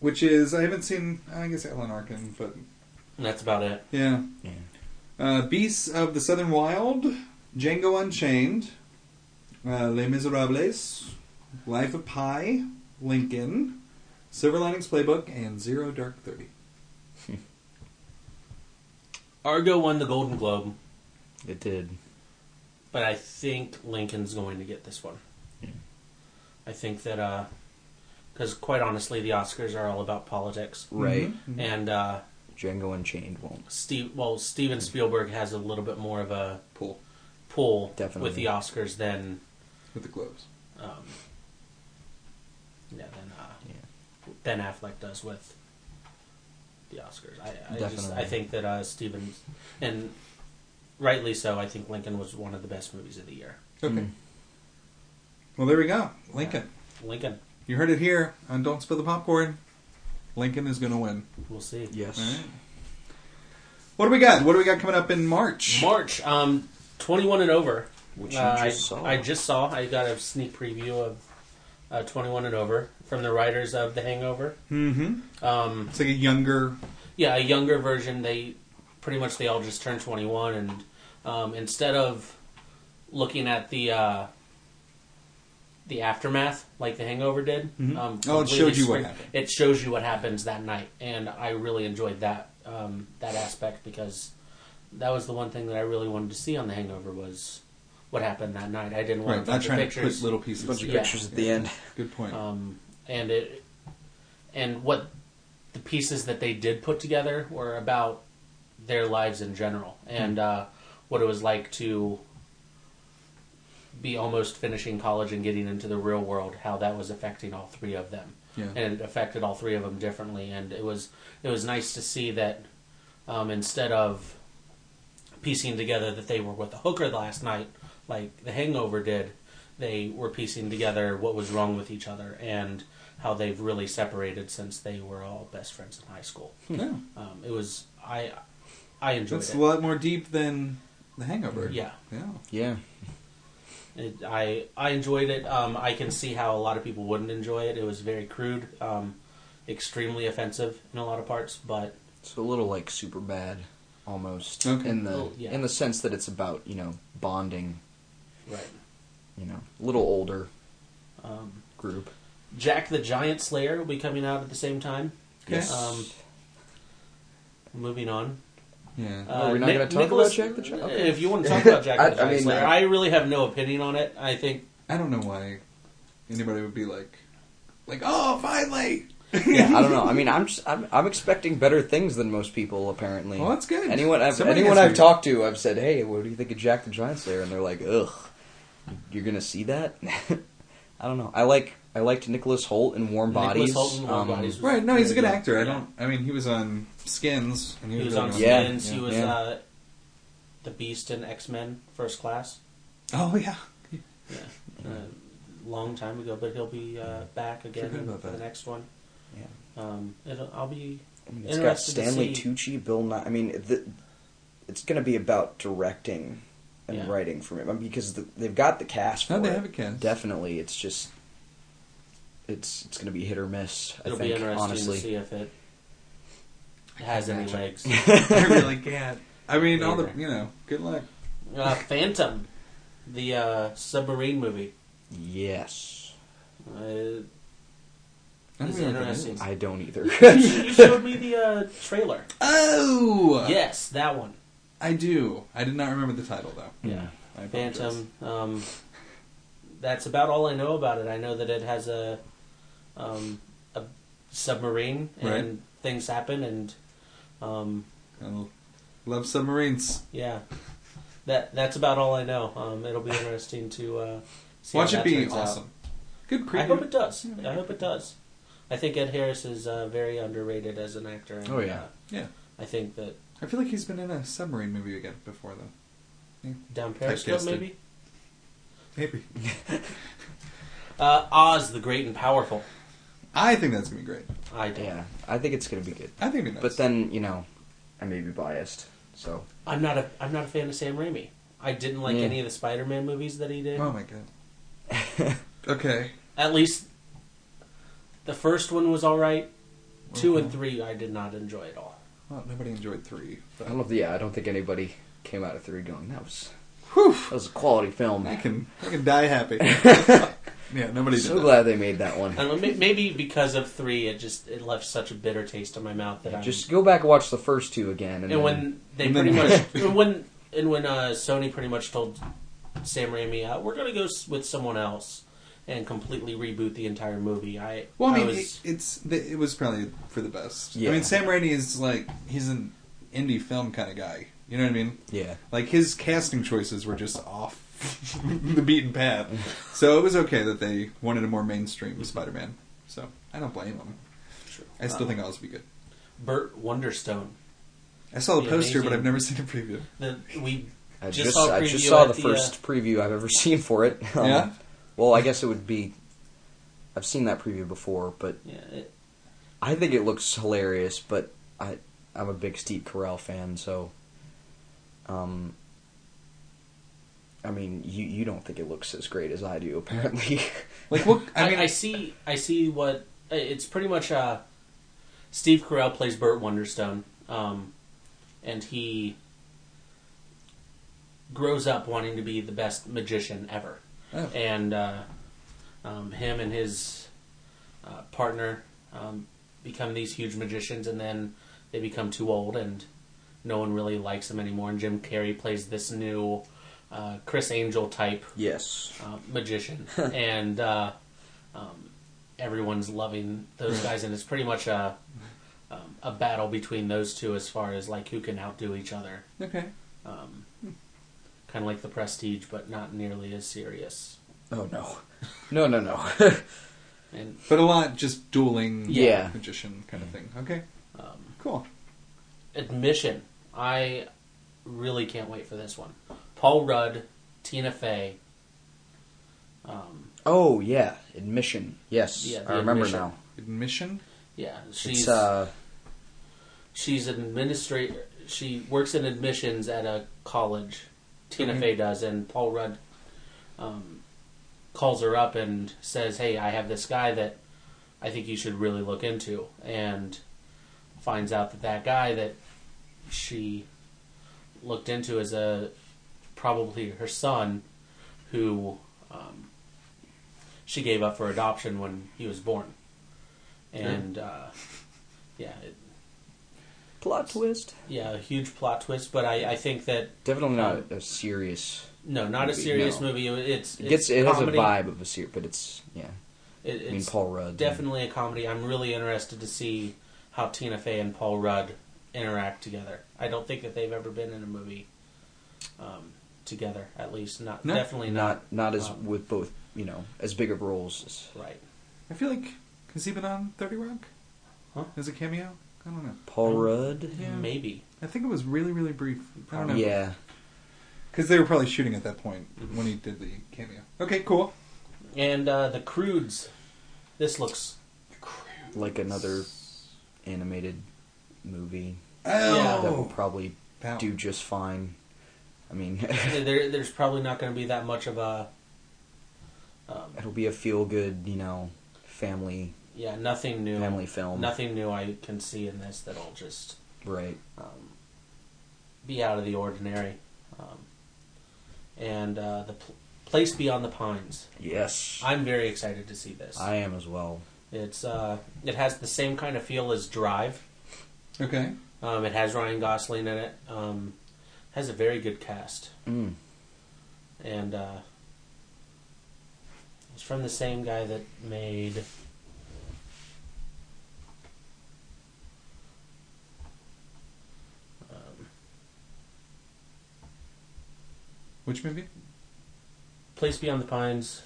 [SPEAKER 1] which is I haven't seen. I guess Alan Arkin, but
[SPEAKER 2] And that's about it.
[SPEAKER 1] yeah.
[SPEAKER 3] Yeah.
[SPEAKER 1] Uh, Beasts of the Southern Wild, Django Unchained, uh, Les Miserables, Life of Pi, Lincoln, Silver Linings Playbook, and Zero Dark Thirty.
[SPEAKER 2] Argo won the Golden Globe,
[SPEAKER 3] It did.
[SPEAKER 2] but I think Lincoln's going to get this one.
[SPEAKER 3] Hmm.
[SPEAKER 2] I think that because quite honestly, the Oscars are all about politics,
[SPEAKER 3] Right.
[SPEAKER 1] Mm-hmm.
[SPEAKER 2] and uh,
[SPEAKER 3] Django Unchained won't.
[SPEAKER 2] Steve well Steven Spielberg has a little bit more of a
[SPEAKER 1] Pull
[SPEAKER 2] pull
[SPEAKER 3] Definitely.
[SPEAKER 2] with the Oscars than
[SPEAKER 1] with the globes.
[SPEAKER 2] um, yeah than uh,
[SPEAKER 3] Yeah.
[SPEAKER 2] Ben Affleck does with the Oscars. I, I just
[SPEAKER 3] Definitely.
[SPEAKER 2] I think that uh, Steven and rightly so. I think Lincoln was one of the best movies of the year.
[SPEAKER 1] Okay.
[SPEAKER 3] Mm.
[SPEAKER 1] Well, there we go. Lincoln.
[SPEAKER 2] Lincoln,
[SPEAKER 1] You heard it here on Don't Spill the Popcorn. Lincoln is going to win.
[SPEAKER 2] we'll see.
[SPEAKER 3] Yes.
[SPEAKER 1] All right. What do we got? What do we got coming up in March?
[SPEAKER 2] March, um, 21 and over.
[SPEAKER 3] Which you
[SPEAKER 2] Uh, I,
[SPEAKER 3] just saw.
[SPEAKER 2] I just saw. I got a sneak preview of uh, 21 and over from the writers of The Hangover.
[SPEAKER 1] Mm-hmm.
[SPEAKER 2] Um,
[SPEAKER 1] It's like a younger.
[SPEAKER 2] yeah, a younger version. They pretty much they all just turned 21, and um, instead of looking at the uh, the aftermath like The Hangover did,
[SPEAKER 1] Mhm.
[SPEAKER 2] um,
[SPEAKER 1] Oh, it showed
[SPEAKER 2] completely
[SPEAKER 1] you what
[SPEAKER 2] spring-
[SPEAKER 1] happened.
[SPEAKER 2] It shows you what happens that night, and I really enjoyed that um, that aspect because that was the one thing that I really wanted to see on The Hangover was what happened that night. I didn't want
[SPEAKER 1] Right,
[SPEAKER 2] to
[SPEAKER 1] not
[SPEAKER 2] bunch of
[SPEAKER 1] trying to
[SPEAKER 2] pictures.
[SPEAKER 1] put little pieces.
[SPEAKER 3] A bunch of
[SPEAKER 1] together.
[SPEAKER 3] pictures at the end. Uh,
[SPEAKER 1] Good point.
[SPEAKER 2] um, and it and what the pieces that they did put together were about their lives in general and uh, what it was like to be almost finishing college and getting into the real world, how that was affecting all three of them,
[SPEAKER 1] Yeah.
[SPEAKER 2] and it affected all three of them differently. And it was it was nice to see that um, instead of piecing together that they were with the hooker last night, like The Hangover did, they were piecing together what was wrong with each other and how they've really separated since they were all best friends in high school.
[SPEAKER 1] Yeah.
[SPEAKER 2] Um, it was I I enjoyed
[SPEAKER 1] That's
[SPEAKER 2] it.
[SPEAKER 1] a lot more deep than The Hangover.
[SPEAKER 2] yeah.
[SPEAKER 1] Yeah.
[SPEAKER 3] Yeah.
[SPEAKER 2] It, I I enjoyed it. Um, I can see how a lot of people wouldn't enjoy it. It was very crude, um, extremely offensive in a lot of parts, but
[SPEAKER 3] It's a little like super bad almost
[SPEAKER 1] Okay.
[SPEAKER 3] in the
[SPEAKER 2] Oh, yeah.
[SPEAKER 3] in the sense that it's about, you know, bonding,
[SPEAKER 2] right.
[SPEAKER 3] you know, a little older
[SPEAKER 2] Um,
[SPEAKER 3] group.
[SPEAKER 2] Jack the Giant Slayer will be coming out at the same time.
[SPEAKER 1] Okay.
[SPEAKER 3] Yes.
[SPEAKER 2] Um, moving on.
[SPEAKER 1] Yeah.
[SPEAKER 3] Oh, we're not
[SPEAKER 2] Nic-
[SPEAKER 3] gonna talk about
[SPEAKER 2] Nicholas-
[SPEAKER 3] Jack the Gi- okay.
[SPEAKER 2] If you want to talk about Jack
[SPEAKER 3] I-
[SPEAKER 2] the
[SPEAKER 3] I
[SPEAKER 2] Giant
[SPEAKER 3] mean, uh,
[SPEAKER 2] Slayer,
[SPEAKER 3] I-
[SPEAKER 2] I really have no opinion on it. I think
[SPEAKER 1] I don't know why anybody would be like, like, oh, finally.
[SPEAKER 3] Yeah, I don't know. I mean, I'm just, I'm I'm expecting better things than most people apparently.
[SPEAKER 1] Well, that's good.
[SPEAKER 3] Hmm. Anyone I've
[SPEAKER 1] Somebody
[SPEAKER 3] anyone
[SPEAKER 1] has
[SPEAKER 3] I've
[SPEAKER 1] to-
[SPEAKER 3] talked to, I've said, "Hey, what do you think of Jack the Giant Slayer?" And they're like, "Ugh, you're gonna see that." I don't know. I like I liked Nicholas Holt in Warm
[SPEAKER 2] Nicholas
[SPEAKER 3] Bodies.
[SPEAKER 2] Holt in Warm
[SPEAKER 3] Um,
[SPEAKER 2] Bodies was
[SPEAKER 1] Right? No, he's a good
[SPEAKER 2] really
[SPEAKER 1] actor. I
[SPEAKER 2] Yeah.
[SPEAKER 1] don't. I mean, he was on Skins. And
[SPEAKER 2] He was
[SPEAKER 1] really
[SPEAKER 2] on
[SPEAKER 1] good.
[SPEAKER 3] Yeah.
[SPEAKER 2] Skins. He was
[SPEAKER 3] yeah.
[SPEAKER 2] uh, the Beast in X Men First Class.
[SPEAKER 1] Oh yeah.
[SPEAKER 2] Uh, long time ago, but he'll be uh, back again
[SPEAKER 1] Forgot about
[SPEAKER 2] for the
[SPEAKER 1] that.
[SPEAKER 2] next one.
[SPEAKER 3] Yeah.
[SPEAKER 2] Um, it'll, I'll be
[SPEAKER 3] I mean, it's got
[SPEAKER 2] Interested to
[SPEAKER 3] Stanley
[SPEAKER 2] see.
[SPEAKER 3] Tucci, Bill Nye. I mean, the, it's going to be about directing and
[SPEAKER 2] Yeah.
[SPEAKER 3] writing for me I mean, because the, they've got the cast. For
[SPEAKER 1] No, they
[SPEAKER 3] it.
[SPEAKER 1] have a cast.
[SPEAKER 3] Definitely, it's just it's it's going to be hit or miss. I
[SPEAKER 2] it'll
[SPEAKER 3] think
[SPEAKER 2] be interesting
[SPEAKER 3] honestly,
[SPEAKER 2] to see if it has any
[SPEAKER 1] imagine.
[SPEAKER 2] legs.
[SPEAKER 1] I really can't. I mean, all the
[SPEAKER 2] Neither.
[SPEAKER 1] you know, good luck.
[SPEAKER 2] uh, Phantom, the uh, submarine movie.
[SPEAKER 3] yes,
[SPEAKER 2] Uh,
[SPEAKER 1] I don't
[SPEAKER 2] It's
[SPEAKER 1] even know what that
[SPEAKER 2] interesting.
[SPEAKER 1] is.
[SPEAKER 3] I don't either.
[SPEAKER 2] you showed me the uh, trailer.
[SPEAKER 1] Oh,
[SPEAKER 2] Yes, that one.
[SPEAKER 1] I do. I did not remember the title though.
[SPEAKER 3] yeah,
[SPEAKER 1] I apologize.
[SPEAKER 2] Phantom. Um, that's about all I know about it. I know that it has a, um, a submarine and
[SPEAKER 1] Right.
[SPEAKER 2] things happen and um,
[SPEAKER 1] I love submarines.
[SPEAKER 2] yeah, that that's about all I know. Um, it'll be interesting to uh, see.
[SPEAKER 1] Watch
[SPEAKER 2] how
[SPEAKER 1] it
[SPEAKER 2] that
[SPEAKER 1] be
[SPEAKER 2] turns out.
[SPEAKER 1] awesome. Good preview.
[SPEAKER 2] I hope it does.
[SPEAKER 1] Yeah.
[SPEAKER 2] I hope it does. I think Ed Harris is uh, very underrated as an actor. And,
[SPEAKER 3] Oh, yeah.
[SPEAKER 2] uh,
[SPEAKER 1] Yeah.
[SPEAKER 2] I think that
[SPEAKER 1] I feel like he's been in a submarine movie again before though.
[SPEAKER 2] down Periscope
[SPEAKER 1] Typecasted.
[SPEAKER 2] maybe.
[SPEAKER 1] Maybe.
[SPEAKER 2] Uh, Oz the Great and Powerful.
[SPEAKER 1] I think that's gonna be great.
[SPEAKER 2] I do.
[SPEAKER 3] yeah. I think it's going to be good.
[SPEAKER 1] I think it'd be nice.
[SPEAKER 3] But then you know, I may be biased. So
[SPEAKER 2] I'm not a I'm not a fan of Sam Raimi. I didn't like
[SPEAKER 3] Yeah.
[SPEAKER 2] any of the Spider-Man movies that he did.
[SPEAKER 1] Oh my god. Okay.
[SPEAKER 2] At least the first one was all right. Two and
[SPEAKER 1] Okay.
[SPEAKER 2] three I did not enjoy at all.
[SPEAKER 1] Well, nobody enjoyed three.
[SPEAKER 3] I
[SPEAKER 1] But
[SPEAKER 3] don't know. if- Yeah, I don't think anybody came out of three going that was
[SPEAKER 1] Whew.
[SPEAKER 3] that was a quality film.
[SPEAKER 1] I can I can die happy. yeah, nobody did
[SPEAKER 3] so
[SPEAKER 1] that.
[SPEAKER 3] glad they made that one.
[SPEAKER 2] I don't know, may- maybe because of three, it just it left such a bitter taste in my mouth that I'm
[SPEAKER 3] Just go back and watch the first two again, and,
[SPEAKER 2] and
[SPEAKER 3] then-
[SPEAKER 2] when they
[SPEAKER 1] And
[SPEAKER 2] pretty
[SPEAKER 1] then-
[SPEAKER 2] much and when and when uh, Sony pretty much told Sam Raimi, uh, "We're going to go s- with someone else and completely reboot the entire movie." I
[SPEAKER 1] Well, I mean,
[SPEAKER 2] was,
[SPEAKER 1] it, it's the, it was probably for the best.
[SPEAKER 3] Yeah.
[SPEAKER 1] I mean, Sam Raimi is like he's an indie film kind of guy. You know what I mean?
[SPEAKER 3] yeah,
[SPEAKER 1] Like his casting choices were just off the beaten path. So it was okay that they wanted a more mainstream Spider-Man. So I don't blame them.
[SPEAKER 2] Sure.
[SPEAKER 1] I still think Oz would be good.
[SPEAKER 2] Burt Wonderstone.
[SPEAKER 1] I saw the
[SPEAKER 2] be
[SPEAKER 1] poster, but
[SPEAKER 2] amazing.
[SPEAKER 1] I've never seen a preview.
[SPEAKER 2] The, we
[SPEAKER 3] I
[SPEAKER 2] Just
[SPEAKER 3] just,
[SPEAKER 2] saw a
[SPEAKER 3] I just
[SPEAKER 2] preview
[SPEAKER 3] saw
[SPEAKER 2] at
[SPEAKER 3] the
[SPEAKER 2] the,
[SPEAKER 3] first preview I've ever seen for it. Um,
[SPEAKER 1] Yeah?
[SPEAKER 3] Well, I guess it would be. I've seen that preview before, but
[SPEAKER 2] yeah, it,
[SPEAKER 3] I think it looks hilarious. But I, I'm a big Steve Carell fan, so. Um. I mean, you you don't think it looks as great as I do, apparently.
[SPEAKER 1] Like what?
[SPEAKER 2] I,
[SPEAKER 1] I mean,
[SPEAKER 2] I see I see what it's pretty much. Uh, Steve Carell plays Burt Wonderstone, um, and he grows up wanting to be the best magician ever.
[SPEAKER 1] Oh.
[SPEAKER 2] and uh, um, him and his uh, partner um, become these huge magicians, and then they become too old, and no one really likes them anymore. And Jim Carrey plays this new uh, Chris Angel type
[SPEAKER 3] yes.
[SPEAKER 2] uh, magician, and uh, um, everyone's loving those guys, and it's pretty much a um, a battle between those two as far as like who can outdo each other,
[SPEAKER 1] okay.
[SPEAKER 2] um, kind of like The Prestige, but not nearly as serious.
[SPEAKER 3] Oh no, no, no, no.
[SPEAKER 2] And
[SPEAKER 1] But a lot just dueling
[SPEAKER 3] Yeah.
[SPEAKER 1] magician kind of thing. Okay.
[SPEAKER 2] um,
[SPEAKER 1] Cool.
[SPEAKER 2] admission, I really can't wait for this one. Paul Rudd, Tina Fey. Um,
[SPEAKER 3] oh yeah, admission. Yes,
[SPEAKER 2] Yeah, the
[SPEAKER 3] I remember
[SPEAKER 2] admission.
[SPEAKER 3] now.
[SPEAKER 1] Admission?
[SPEAKER 2] yeah,
[SPEAKER 3] it's
[SPEAKER 2] she's
[SPEAKER 3] uh,
[SPEAKER 2] she's an administrator. She works in admissions at a college. Tina
[SPEAKER 1] Mhm.
[SPEAKER 2] Fey does, and Paul Rudd um, calls her up and says, "Hey, I have this guy that I think you should really look into," and finds out that that guy that she looked into is a probably her son, who um, she gave up for adoption when he was born, and uh, yeah, it,
[SPEAKER 3] plot twist.
[SPEAKER 2] yeah, a huge plot twist, but I, I think that
[SPEAKER 3] Definitely not a serious.
[SPEAKER 2] no, not a
[SPEAKER 3] Movie,
[SPEAKER 2] serious
[SPEAKER 3] no.
[SPEAKER 2] movie. It- Oh. It's
[SPEAKER 3] It gets.
[SPEAKER 2] it's
[SPEAKER 3] It has a
[SPEAKER 2] comedy.
[SPEAKER 3] vibe of a serious, but it's yeah.
[SPEAKER 2] It-
[SPEAKER 3] I mean,
[SPEAKER 2] it's
[SPEAKER 3] Paul Rudd.
[SPEAKER 2] definitely a comedy. I'm really interested to see how Tina Fey and Paul Rudd interact together. I don't think that they've ever been in a movie um, together, at least not
[SPEAKER 1] No,
[SPEAKER 2] definitely not,
[SPEAKER 3] not not as
[SPEAKER 2] um,
[SPEAKER 3] with both you know as big of roles. as
[SPEAKER 2] right.
[SPEAKER 1] I feel like has he been on Thirty Rock?
[SPEAKER 2] Huh?
[SPEAKER 1] As a cameo? I don't know.
[SPEAKER 3] Paul
[SPEAKER 2] Mm.
[SPEAKER 3] Rudd.
[SPEAKER 1] Yeah.
[SPEAKER 2] Maybe
[SPEAKER 1] I think it was really, really brief. I don't know.
[SPEAKER 3] Yeah,
[SPEAKER 1] Because they were probably shooting at that point when he did the cameo. Okay, cool.
[SPEAKER 2] and uh, the Crudes. This looks
[SPEAKER 3] like another animated movie
[SPEAKER 2] Yeah.
[SPEAKER 3] that will
[SPEAKER 1] Oh,
[SPEAKER 3] probably
[SPEAKER 1] that
[SPEAKER 3] do
[SPEAKER 1] one.
[SPEAKER 3] just fine. I mean,
[SPEAKER 2] there. There's probably not going to be that much of a um,
[SPEAKER 3] it'll be a feel good, you know, family
[SPEAKER 2] yeah nothing new
[SPEAKER 3] family film,
[SPEAKER 2] nothing new I can see in this that'll just
[SPEAKER 3] right?
[SPEAKER 2] um, be out of the ordinary. Um, and uh, the pl- place beyond the pines.
[SPEAKER 3] Yes, I,
[SPEAKER 2] I'm very excited to see this.
[SPEAKER 3] am as well.
[SPEAKER 2] It's uh, it has the same kind of feel as Drive.
[SPEAKER 1] Okay.
[SPEAKER 2] Um, it has Ryan Gosling in it. Um, has a very good cast,
[SPEAKER 3] Mm.
[SPEAKER 2] and uh, it's from the same guy that made. Um,
[SPEAKER 1] Which movie?
[SPEAKER 2] Place Beyond the Pines.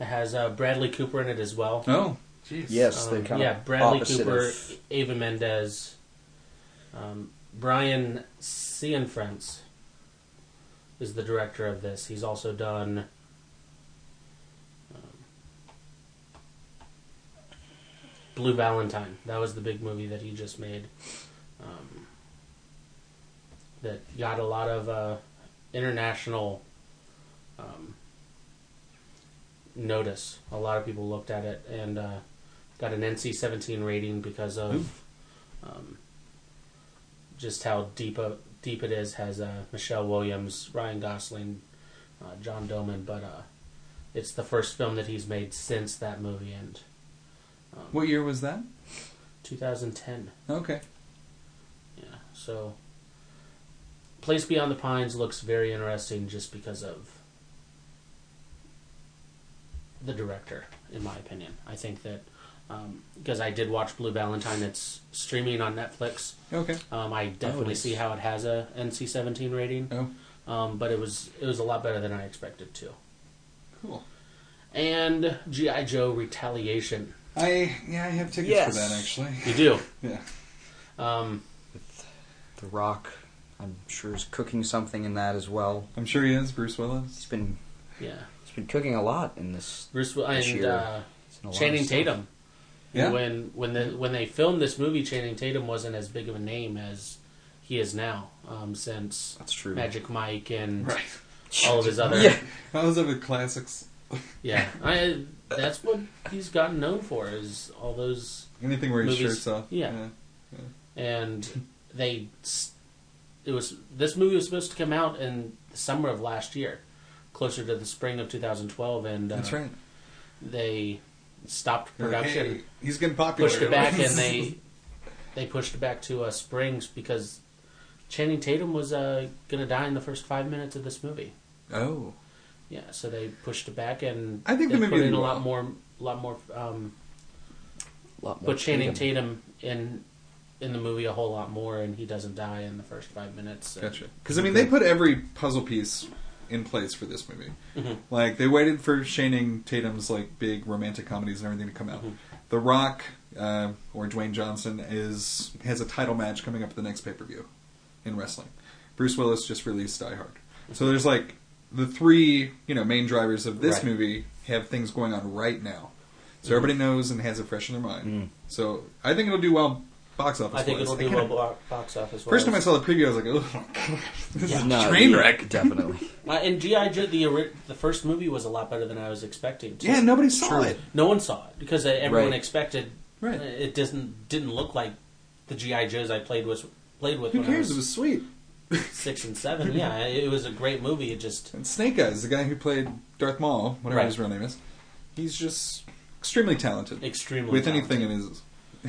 [SPEAKER 2] It has uh, Bradley Cooper in it as well.
[SPEAKER 1] Oh, jeez.
[SPEAKER 3] Yes, they
[SPEAKER 2] Um,
[SPEAKER 3] kind
[SPEAKER 2] yeah,
[SPEAKER 3] of
[SPEAKER 2] Bradley
[SPEAKER 3] opposite
[SPEAKER 2] Cooper,
[SPEAKER 3] of-
[SPEAKER 2] Ava Mendez, um, Brian Cianfrance is the director of this. He's also done. um, Blue Valentine. That was the big movie that he just made. Um, that got a lot of uh, international um, notice. A lot of people looked at it and uh, got an NC 17 rating because of um, just how deep a, deep it is. Has uh, Michelle Williams, Ryan Gosling, uh, John Doman, but uh, it's the first film that he's made since that movie and. um,
[SPEAKER 1] What year was that?
[SPEAKER 2] 2010.
[SPEAKER 1] Okay.
[SPEAKER 2] Yeah. So, Place Beyond the Pines looks very interesting just because of the director, in my opinion. I think that because I did watch Blue Valentine, it's streaming on Netflix.
[SPEAKER 1] Okay.
[SPEAKER 2] Um, I definitely
[SPEAKER 3] is.
[SPEAKER 2] see how it has a NC-17 rating,
[SPEAKER 1] Oh,
[SPEAKER 2] um, but it was it was a lot better than I expected to.
[SPEAKER 1] cool.
[SPEAKER 2] And GI Joe Retaliation,
[SPEAKER 1] I yeah, I have tickets
[SPEAKER 3] Yes.
[SPEAKER 1] for that actually.
[SPEAKER 2] you do.
[SPEAKER 1] Yeah.
[SPEAKER 2] Um,
[SPEAKER 3] The Rock. I'm sure is cooking something in that as well.
[SPEAKER 1] I'm sure he is Bruce
[SPEAKER 3] He's
[SPEAKER 1] Willis.
[SPEAKER 3] been
[SPEAKER 2] yeah,
[SPEAKER 3] he's been cooking a lot in this.
[SPEAKER 2] Bruce Will- and
[SPEAKER 3] year.
[SPEAKER 2] uh,
[SPEAKER 3] in a lot of
[SPEAKER 2] Channing
[SPEAKER 3] stuff.
[SPEAKER 2] Tatum.
[SPEAKER 1] Yeah.
[SPEAKER 2] When when the when they filmed this movie, Channing Tatum wasn't as big of a name as he is now. Um, since
[SPEAKER 3] That's true.
[SPEAKER 2] Magic Mike and
[SPEAKER 1] Right.
[SPEAKER 2] all of his other yeah,
[SPEAKER 3] Yeah.
[SPEAKER 1] That was other classics.
[SPEAKER 2] I, that's what he's gotten known for is all those
[SPEAKER 1] Anything where his
[SPEAKER 2] Movies.
[SPEAKER 1] shirt's off.
[SPEAKER 2] Yeah. and they s- it was this movie was supposed to come out in the summer of last year, closer to the spring of 2012, and uh,
[SPEAKER 1] That's right.
[SPEAKER 2] they stopped
[SPEAKER 1] They're like,
[SPEAKER 2] production.
[SPEAKER 1] "Hey, he's getting popular.
[SPEAKER 2] pushed it back and they they pushed it back to uh, Springs because Channing Tatum was uh, gonna die in the first five minutes of this movie.
[SPEAKER 1] Oh.
[SPEAKER 2] Yeah, so they pushed it back and
[SPEAKER 1] I think
[SPEAKER 2] they
[SPEAKER 1] the movie
[SPEAKER 2] put
[SPEAKER 1] did
[SPEAKER 2] in a
[SPEAKER 1] well.
[SPEAKER 2] lot more, lot more, um,
[SPEAKER 3] Lot more
[SPEAKER 2] put Channing Tatum in in the movie a whole lot more, and he doesn't die in the first five minutes. So-
[SPEAKER 1] Gotcha. Because I mean, they put every puzzle piece in place for this movie.
[SPEAKER 2] Mhm.
[SPEAKER 1] Like they waited for Channing Tatum's like big romantic comedies and everything to come out.
[SPEAKER 2] Mm-hmm.
[SPEAKER 1] The Rock uh, or Dwayne Johnson is has a title match coming up at the next pay per view in wrestling. Bruce Willis just released Die Hard.
[SPEAKER 2] Mm-hmm.
[SPEAKER 1] So there's like the three you know main drivers of this
[SPEAKER 3] Right.
[SPEAKER 1] movie have things going on right now. So
[SPEAKER 2] Mm-hmm.
[SPEAKER 1] everybody knows and has it fresh in their mind.
[SPEAKER 3] Mm.
[SPEAKER 1] So I think it'll do well box office.
[SPEAKER 2] I think
[SPEAKER 1] wise.
[SPEAKER 2] it'll
[SPEAKER 1] I
[SPEAKER 2] do
[SPEAKER 1] kinda-
[SPEAKER 2] well bo- box office.
[SPEAKER 1] First time I
[SPEAKER 2] wise.
[SPEAKER 1] saw the preview, I was like, "Oh my god, this is
[SPEAKER 3] No,
[SPEAKER 1] a train
[SPEAKER 3] yeah,
[SPEAKER 1] wreck."
[SPEAKER 3] Definitely.
[SPEAKER 2] uh, and GI Joe the ori- the first movie was a lot better than I was expecting. too.
[SPEAKER 1] Yeah, nobody saw
[SPEAKER 3] True.
[SPEAKER 1] it.
[SPEAKER 2] No one saw it because uh, everyone
[SPEAKER 3] Right.
[SPEAKER 2] expected
[SPEAKER 1] Right.
[SPEAKER 2] uh, it doesn't didn't look like the GI Joes I played with played with
[SPEAKER 1] Who
[SPEAKER 2] when
[SPEAKER 1] cares?
[SPEAKER 2] I
[SPEAKER 1] It was sweet.
[SPEAKER 2] was six and seven. Yeah, it was a great movie. It just
[SPEAKER 1] And Snake Eyes, the guy who played Darth Maul, whatever
[SPEAKER 2] Right.
[SPEAKER 1] his real name is, he's just extremely talented
[SPEAKER 2] extremely
[SPEAKER 1] with
[SPEAKER 2] talented.
[SPEAKER 1] anything in his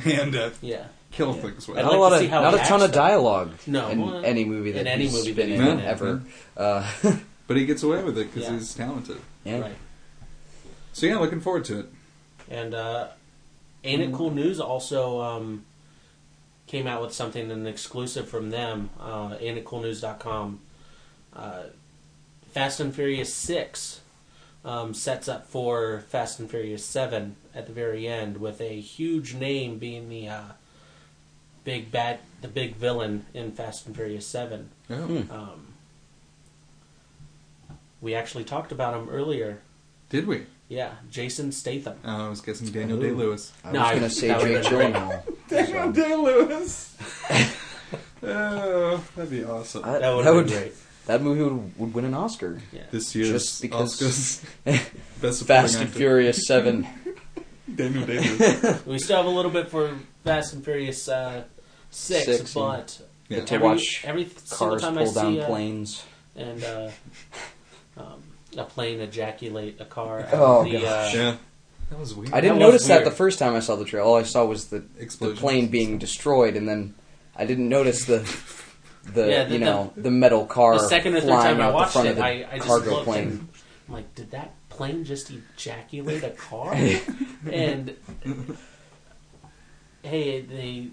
[SPEAKER 1] hand to
[SPEAKER 2] Yeah,
[SPEAKER 1] kill
[SPEAKER 3] Yeah.
[SPEAKER 1] things with.
[SPEAKER 2] I'd
[SPEAKER 3] not a
[SPEAKER 2] like
[SPEAKER 3] lot
[SPEAKER 2] to see
[SPEAKER 3] of,
[SPEAKER 2] how
[SPEAKER 3] not
[SPEAKER 2] he
[SPEAKER 3] a ton
[SPEAKER 2] acts,
[SPEAKER 3] of
[SPEAKER 2] though.
[SPEAKER 3] dialogue.
[SPEAKER 2] No,
[SPEAKER 3] in
[SPEAKER 2] well,
[SPEAKER 3] any movie that
[SPEAKER 2] in any
[SPEAKER 3] he's
[SPEAKER 2] movie
[SPEAKER 3] been
[SPEAKER 2] that
[SPEAKER 3] in
[SPEAKER 1] he's been in.
[SPEAKER 3] ever. Uh,
[SPEAKER 1] but he gets away with it because
[SPEAKER 2] Yeah.
[SPEAKER 1] he's talented.
[SPEAKER 3] yeah.
[SPEAKER 2] right.
[SPEAKER 1] So yeah, looking forward to it.
[SPEAKER 2] And uh, Ain't It Cool News also um, came out with something, an exclusive from them, uh, ain'titcoolnews.com. Uh, Fast and Furious 6 um, sets up for Fast and Furious 7 at the very end, with a huge name being the uh, big bad, the big villain in Fast and Furious 7.
[SPEAKER 1] Yeah.
[SPEAKER 3] Hmm.
[SPEAKER 2] Um, we actually talked about him earlier.
[SPEAKER 1] Did we?
[SPEAKER 2] Yeah, Jason Statham.
[SPEAKER 1] Uh, I was guessing Daniel
[SPEAKER 3] Ooh.
[SPEAKER 1] Day Lewis.
[SPEAKER 3] Oh. I
[SPEAKER 2] No,
[SPEAKER 3] was
[SPEAKER 2] I-
[SPEAKER 3] going to say
[SPEAKER 2] that
[SPEAKER 3] Jake
[SPEAKER 2] would've
[SPEAKER 1] Daniel
[SPEAKER 2] been great.
[SPEAKER 3] Gyllenhaal. So,
[SPEAKER 1] Day Lewis. oh, that'd be awesome.
[SPEAKER 3] I-
[SPEAKER 2] That would
[SPEAKER 3] that
[SPEAKER 2] have
[SPEAKER 3] would
[SPEAKER 2] been great.
[SPEAKER 3] that movie would, would win an Oscar.
[SPEAKER 2] Yeah.
[SPEAKER 1] this year's
[SPEAKER 3] Just because-
[SPEAKER 1] Oscars best supporting
[SPEAKER 3] Fast and
[SPEAKER 1] actor,
[SPEAKER 3] Furious Seven.
[SPEAKER 1] Daniel Day Lewis.
[SPEAKER 2] We still have a little bit for Fast and Furious uh, six,
[SPEAKER 3] Six,
[SPEAKER 2] but
[SPEAKER 1] Yeah.
[SPEAKER 3] To
[SPEAKER 2] every,
[SPEAKER 3] watch
[SPEAKER 2] every single
[SPEAKER 3] Cars
[SPEAKER 2] time I
[SPEAKER 3] pull down
[SPEAKER 2] see uh,
[SPEAKER 3] planes.
[SPEAKER 2] and uh, um, a plane ejaculate a car. out
[SPEAKER 3] Oh,
[SPEAKER 2] of the,
[SPEAKER 3] gosh.
[SPEAKER 2] Uh,
[SPEAKER 1] Yeah. That was weird.
[SPEAKER 3] I didn't
[SPEAKER 2] That was
[SPEAKER 3] notice that
[SPEAKER 2] weird.
[SPEAKER 3] the first time I saw the trailer. All I saw was the, the
[SPEAKER 1] Explosions.
[SPEAKER 3] plane being destroyed, and then I didn't notice the the,
[SPEAKER 2] Yeah, the-
[SPEAKER 3] you know the, metal car
[SPEAKER 2] the second or third
[SPEAKER 3] flying
[SPEAKER 2] time I
[SPEAKER 3] out the
[SPEAKER 2] watched
[SPEAKER 3] front of
[SPEAKER 2] it,
[SPEAKER 3] the
[SPEAKER 2] I, I just
[SPEAKER 3] cargo
[SPEAKER 2] looked
[SPEAKER 3] plane.
[SPEAKER 2] and I'm like, did that plane just ejaculate a car? and hey, they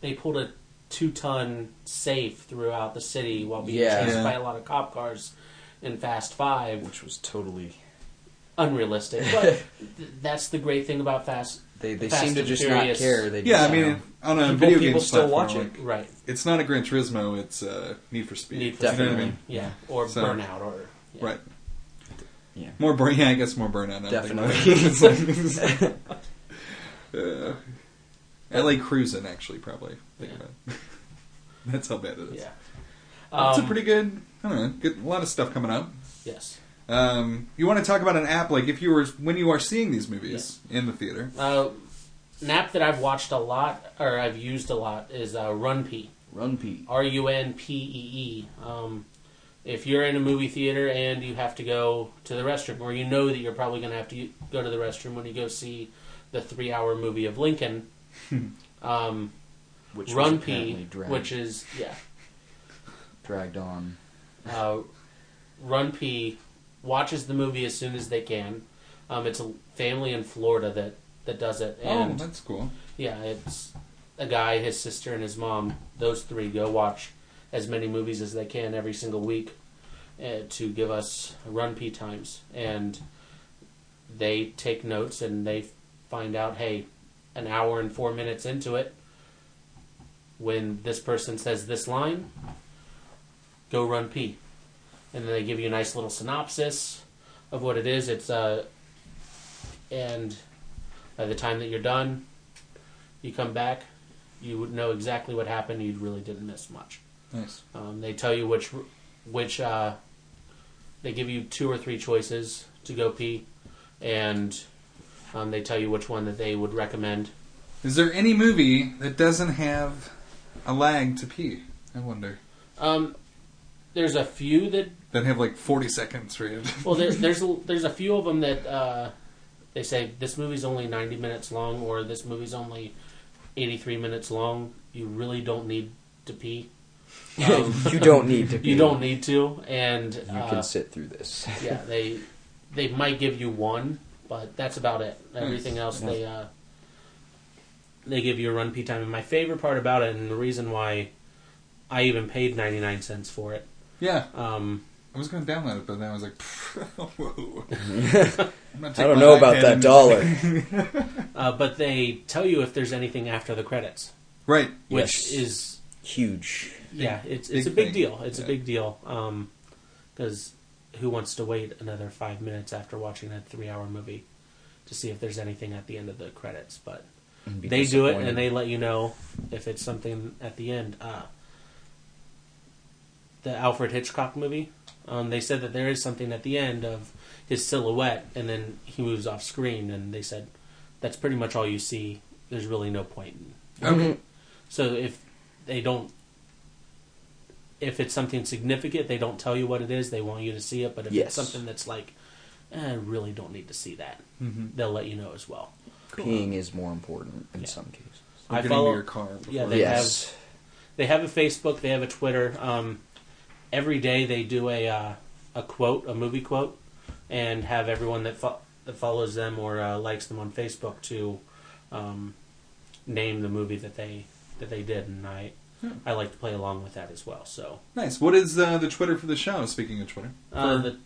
[SPEAKER 2] they pulled a two ton safe throughout the city while being
[SPEAKER 3] Yeah.
[SPEAKER 2] chased
[SPEAKER 1] Yeah.
[SPEAKER 2] by a lot of cop cars in Fast Five.
[SPEAKER 3] which was totally
[SPEAKER 2] unrealistic. But th- that's the great thing about Fast.
[SPEAKER 3] they they
[SPEAKER 2] Fast
[SPEAKER 3] seem to
[SPEAKER 2] and
[SPEAKER 3] just
[SPEAKER 2] Furious.
[SPEAKER 3] not care. They
[SPEAKER 1] Yeah, I
[SPEAKER 3] just,
[SPEAKER 1] mean,
[SPEAKER 3] um,
[SPEAKER 1] on a
[SPEAKER 3] people-
[SPEAKER 1] video game
[SPEAKER 3] people still
[SPEAKER 1] platform,
[SPEAKER 3] watch it.
[SPEAKER 1] like,
[SPEAKER 2] Right.
[SPEAKER 1] it's not a Gran Turismo, it's uh, Need for Speed.
[SPEAKER 2] Need for
[SPEAKER 1] You know what I
[SPEAKER 3] Definitely.
[SPEAKER 1] mean?
[SPEAKER 2] Yeah. Or
[SPEAKER 1] So-
[SPEAKER 2] burnout. Or yeah.
[SPEAKER 1] Right.
[SPEAKER 3] Yeah.
[SPEAKER 1] More burn. Yeah, I guess more burnout. I
[SPEAKER 3] Definitely.
[SPEAKER 1] Think. uh, L.A. cruising, actually, probably. Think
[SPEAKER 2] Yeah.
[SPEAKER 1] about it. That's how bad it is.
[SPEAKER 2] Yeah.
[SPEAKER 1] It's a
[SPEAKER 2] Um,
[SPEAKER 1] pretty good. I don't know. Good, a lot of stuff coming up.
[SPEAKER 2] Yes.
[SPEAKER 1] Um, you want to talk about an app like if you were when you are seeing these movies in the theater?
[SPEAKER 2] Uh, an app that I've watched a lot or I've used a lot is uh, RunP.
[SPEAKER 3] Run Pete.
[SPEAKER 2] R U N P E E. Um, if you're in a movie theater and you have to go to the restroom, or you know that you're probably going to have to go to the restroom when you go see the three-hour movie of Lincoln, um,
[SPEAKER 3] Which
[SPEAKER 2] Run
[SPEAKER 3] was apparently
[SPEAKER 2] P,
[SPEAKER 3] dragged,
[SPEAKER 2] which is yeah,
[SPEAKER 3] dragged on.
[SPEAKER 2] uh, Run P watches the movie as soon as they can. Um, it's a family in Florida that, that does it,
[SPEAKER 1] Oh,
[SPEAKER 2] and
[SPEAKER 1] that's cool.
[SPEAKER 2] yeah, it's a guy, his sister, and his mom. Those three go watch as many movies as they can every single week uh, to give us Run P times, and they take notes and they find out, hey, an hour and four minutes into it, when this person says this line, go run pee. And then they give you a nice little synopsis of what it is. It's uh, and by the time that you're done, you come back, you would know exactly what happened. You really didn't miss much.
[SPEAKER 1] Nice.
[SPEAKER 2] Um, they tell you which, which uh, they give you two or three choices to go pee, and um, they tell you which one that they would recommend.
[SPEAKER 1] Is there any movie that doesn't have a lag to pee? I wonder.
[SPEAKER 2] Um, there's a few that
[SPEAKER 1] That have like forty seconds for you.
[SPEAKER 2] well, there, there's a, there's a few of them that uh, they say this movie's only 90 minutes long, or this movie's only 83 minutes long. You really don't need to pee. Um,
[SPEAKER 3] you don't need to.
[SPEAKER 2] you don't need to, and
[SPEAKER 3] You
[SPEAKER 2] uh,
[SPEAKER 3] can sit through this.
[SPEAKER 2] yeah, they they might give you one, but that's about it.
[SPEAKER 1] Hmm.
[SPEAKER 2] Everything else
[SPEAKER 3] Yeah.
[SPEAKER 2] they uh, they give you a run p time. And my favorite part about it, and the reason why I even paid ninety nine cents for it,
[SPEAKER 1] yeah.
[SPEAKER 2] um,
[SPEAKER 1] I was going to download it, but then I was like, whoa.
[SPEAKER 3] I don't know about that dollar.
[SPEAKER 2] Uh, but they tell you if there's anything after the credits,
[SPEAKER 1] right.
[SPEAKER 2] which
[SPEAKER 3] Yes.
[SPEAKER 2] is
[SPEAKER 3] Huge.
[SPEAKER 2] yeah, it's it's a
[SPEAKER 1] big
[SPEAKER 2] big
[SPEAKER 1] thing.
[SPEAKER 2] deal. It's
[SPEAKER 1] Yeah.
[SPEAKER 2] a big deal. Because who wants to wait another five minutes after watching a three-hour movie to see if there's anything at the end of the credits? But
[SPEAKER 3] Be
[SPEAKER 2] they do it
[SPEAKER 3] disappointed.
[SPEAKER 2] and they let you know if it's something at the end. Uh, the Alfred Hitchcock movie, um, they said that there is something at the end of his silhouette, and then he moves off screen, and they said that's pretty much all you see. There's really no point. In.
[SPEAKER 3] Mm-hmm.
[SPEAKER 1] Okay.
[SPEAKER 2] So if they don't, if it's something significant, they don't tell you what it is. They want you to see it, but if
[SPEAKER 3] Yes.
[SPEAKER 2] it's something that's like, eh, I really don't need to see that,
[SPEAKER 1] Mm-hmm.
[SPEAKER 2] they'll let you know as well.
[SPEAKER 3] Peeing is more important in
[SPEAKER 2] Yeah.
[SPEAKER 3] some cases.
[SPEAKER 1] I
[SPEAKER 2] I
[SPEAKER 1] get
[SPEAKER 2] follow-
[SPEAKER 1] into your car. Before
[SPEAKER 2] Yeah,
[SPEAKER 1] you-
[SPEAKER 2] They
[SPEAKER 3] yes.
[SPEAKER 2] they have a Facebook, they have a Twitter. Um, every day they do a uh, a quote, a movie quote, and have everyone that fo- that follows them or uh, likes them on Facebook to um, name the movie that they that they did, and I
[SPEAKER 1] Hmm.
[SPEAKER 2] I like to play along with that as well. So
[SPEAKER 1] Nice. What is uh, the Twitter for the show? Speaking of Twitter,
[SPEAKER 2] uh,
[SPEAKER 1] For-
[SPEAKER 2] the,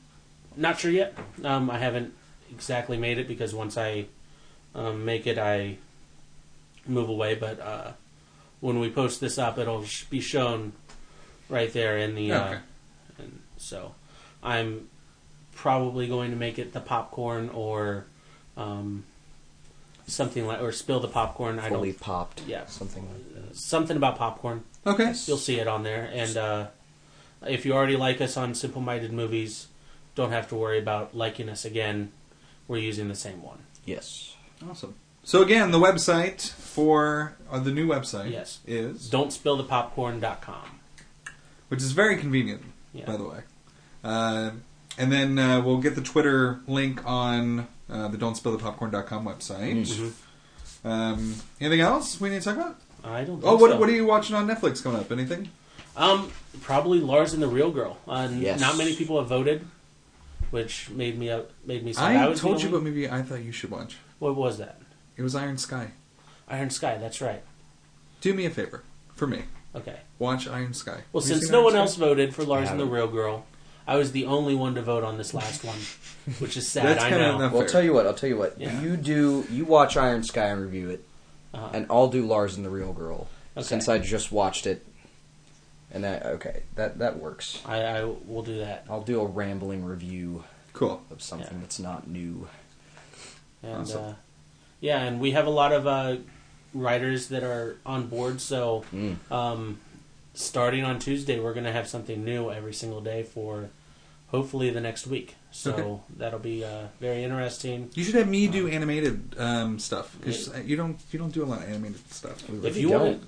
[SPEAKER 2] not sure yet. Um, I haven't exactly made it because once I um, make it, I move away. But uh, when we post this up, it'll sh- be shown right there in the. Uh,
[SPEAKER 1] Okay.
[SPEAKER 2] and so, I'm probably going to make it the popcorn or um, something like or spill the popcorn. I
[SPEAKER 3] Fully
[SPEAKER 2] don't
[SPEAKER 3] popped.
[SPEAKER 2] Yeah.
[SPEAKER 3] Something like that.
[SPEAKER 2] something about popcorn.
[SPEAKER 1] okay.
[SPEAKER 2] You'll see it on there. And uh, if you already like us on Simple Minded Movies, don't have to worry about liking us again. We're using the same one.
[SPEAKER 3] Yes.
[SPEAKER 1] Awesome. So again, the website for uh, the new website
[SPEAKER 2] Yes.
[SPEAKER 1] is
[SPEAKER 2] Don't spill the popcorn.com.
[SPEAKER 1] which is very convenient,
[SPEAKER 2] Yeah.
[SPEAKER 1] by the way. Uh, and then uh, we'll get the Twitter link on uh, the don't spill the popcorn.com
[SPEAKER 3] Mm.
[SPEAKER 1] website.
[SPEAKER 2] Mhm.
[SPEAKER 3] Mm-hmm.
[SPEAKER 1] Um, anything else we need to talk about?
[SPEAKER 2] I don't. Think
[SPEAKER 1] Oh, what,
[SPEAKER 2] so.
[SPEAKER 1] what are you watching on Netflix coming up? Anything?
[SPEAKER 2] Um, probably Lars and the Real Girl. Uh, n-
[SPEAKER 3] Yes.
[SPEAKER 2] Not many people have voted, which made me uh, made me. Sad.
[SPEAKER 1] I,
[SPEAKER 2] was the
[SPEAKER 1] told you
[SPEAKER 2] only-
[SPEAKER 1] what movie I thought you should watch.
[SPEAKER 2] What was that?
[SPEAKER 1] It was Iron Sky.
[SPEAKER 2] Iron Sky. That's right.
[SPEAKER 1] Do me a favor, for me,
[SPEAKER 2] Okay.
[SPEAKER 1] watch Iron Sky.
[SPEAKER 2] Well,
[SPEAKER 1] Have you
[SPEAKER 2] since
[SPEAKER 1] seen
[SPEAKER 2] no
[SPEAKER 1] Iron
[SPEAKER 2] one
[SPEAKER 1] Sky?
[SPEAKER 2] else voted for Lars and the
[SPEAKER 3] haven't.
[SPEAKER 2] Real Girl, I was the only one to vote on this last one, which is sad.
[SPEAKER 1] That's
[SPEAKER 2] I
[SPEAKER 1] kinda
[SPEAKER 2] know.
[SPEAKER 1] enough.
[SPEAKER 3] Well, I'll
[SPEAKER 1] Fair.
[SPEAKER 3] tell you what. I'll tell you what.
[SPEAKER 2] Yeah.
[SPEAKER 3] You do. You watch Iron Sky and review it,
[SPEAKER 2] Uh-huh.
[SPEAKER 3] and I'll do Lars and the Real Girl
[SPEAKER 2] Okay.
[SPEAKER 3] since I just watched it. And that okay, that that works.
[SPEAKER 2] I, I will do that.
[SPEAKER 3] I'll do a rambling review
[SPEAKER 1] Cool.
[SPEAKER 3] of something
[SPEAKER 2] Yeah.
[SPEAKER 3] that's not new.
[SPEAKER 2] And
[SPEAKER 1] Awesome.
[SPEAKER 2] uh, yeah, and we have a lot of uh, writers that are on board. So
[SPEAKER 3] Mm.
[SPEAKER 2] um, starting on Tuesday, we're going to have something new every single day for hopefully the next week. So
[SPEAKER 1] Okay.
[SPEAKER 2] that'll be uh, very interesting.
[SPEAKER 1] You should have me do animated um, stuff because you don't you don't do a lot of animated stuff.
[SPEAKER 3] We
[SPEAKER 2] If you want, to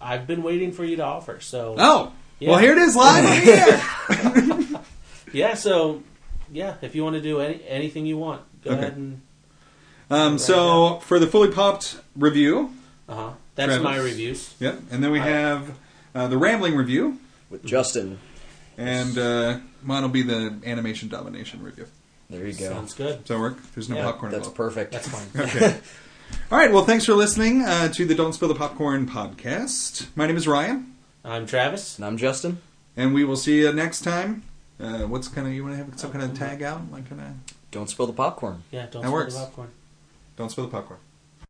[SPEAKER 2] I've been waiting for you to offer. So
[SPEAKER 1] Oh,
[SPEAKER 2] Yeah.
[SPEAKER 1] well, here it is live on the air.
[SPEAKER 2] yeah, so yeah, if you want to do any, anything you want, go
[SPEAKER 1] Okay.
[SPEAKER 2] ahead and
[SPEAKER 1] Um, so for the fully popped review,
[SPEAKER 2] uh-huh. that's
[SPEAKER 1] Travis.
[SPEAKER 2] my reviews.
[SPEAKER 1] yep, and then we have uh, the rambling review,
[SPEAKER 3] with Justin.
[SPEAKER 1] and uh, mine will be the animation domination review.
[SPEAKER 3] There you go.
[SPEAKER 2] Sounds good.
[SPEAKER 1] Does that work? There's no
[SPEAKER 2] Yeah,
[SPEAKER 1] popcorn.
[SPEAKER 3] that's
[SPEAKER 1] involved.
[SPEAKER 3] perfect.
[SPEAKER 2] That's fine.
[SPEAKER 1] Okay. All right. Well, thanks for listening uh, to the Don't Spill the Popcorn podcast. My name is Ryan,
[SPEAKER 2] I'm Travis.
[SPEAKER 3] and I'm Justin.
[SPEAKER 1] and we will see you next time. Uh, what's kind of you want to have some kind of tag out, like kind of
[SPEAKER 3] Don't spill the popcorn.
[SPEAKER 2] Yeah,
[SPEAKER 1] That
[SPEAKER 2] don't spill
[SPEAKER 1] works.
[SPEAKER 2] the popcorn.
[SPEAKER 1] Don't spill the popcorn.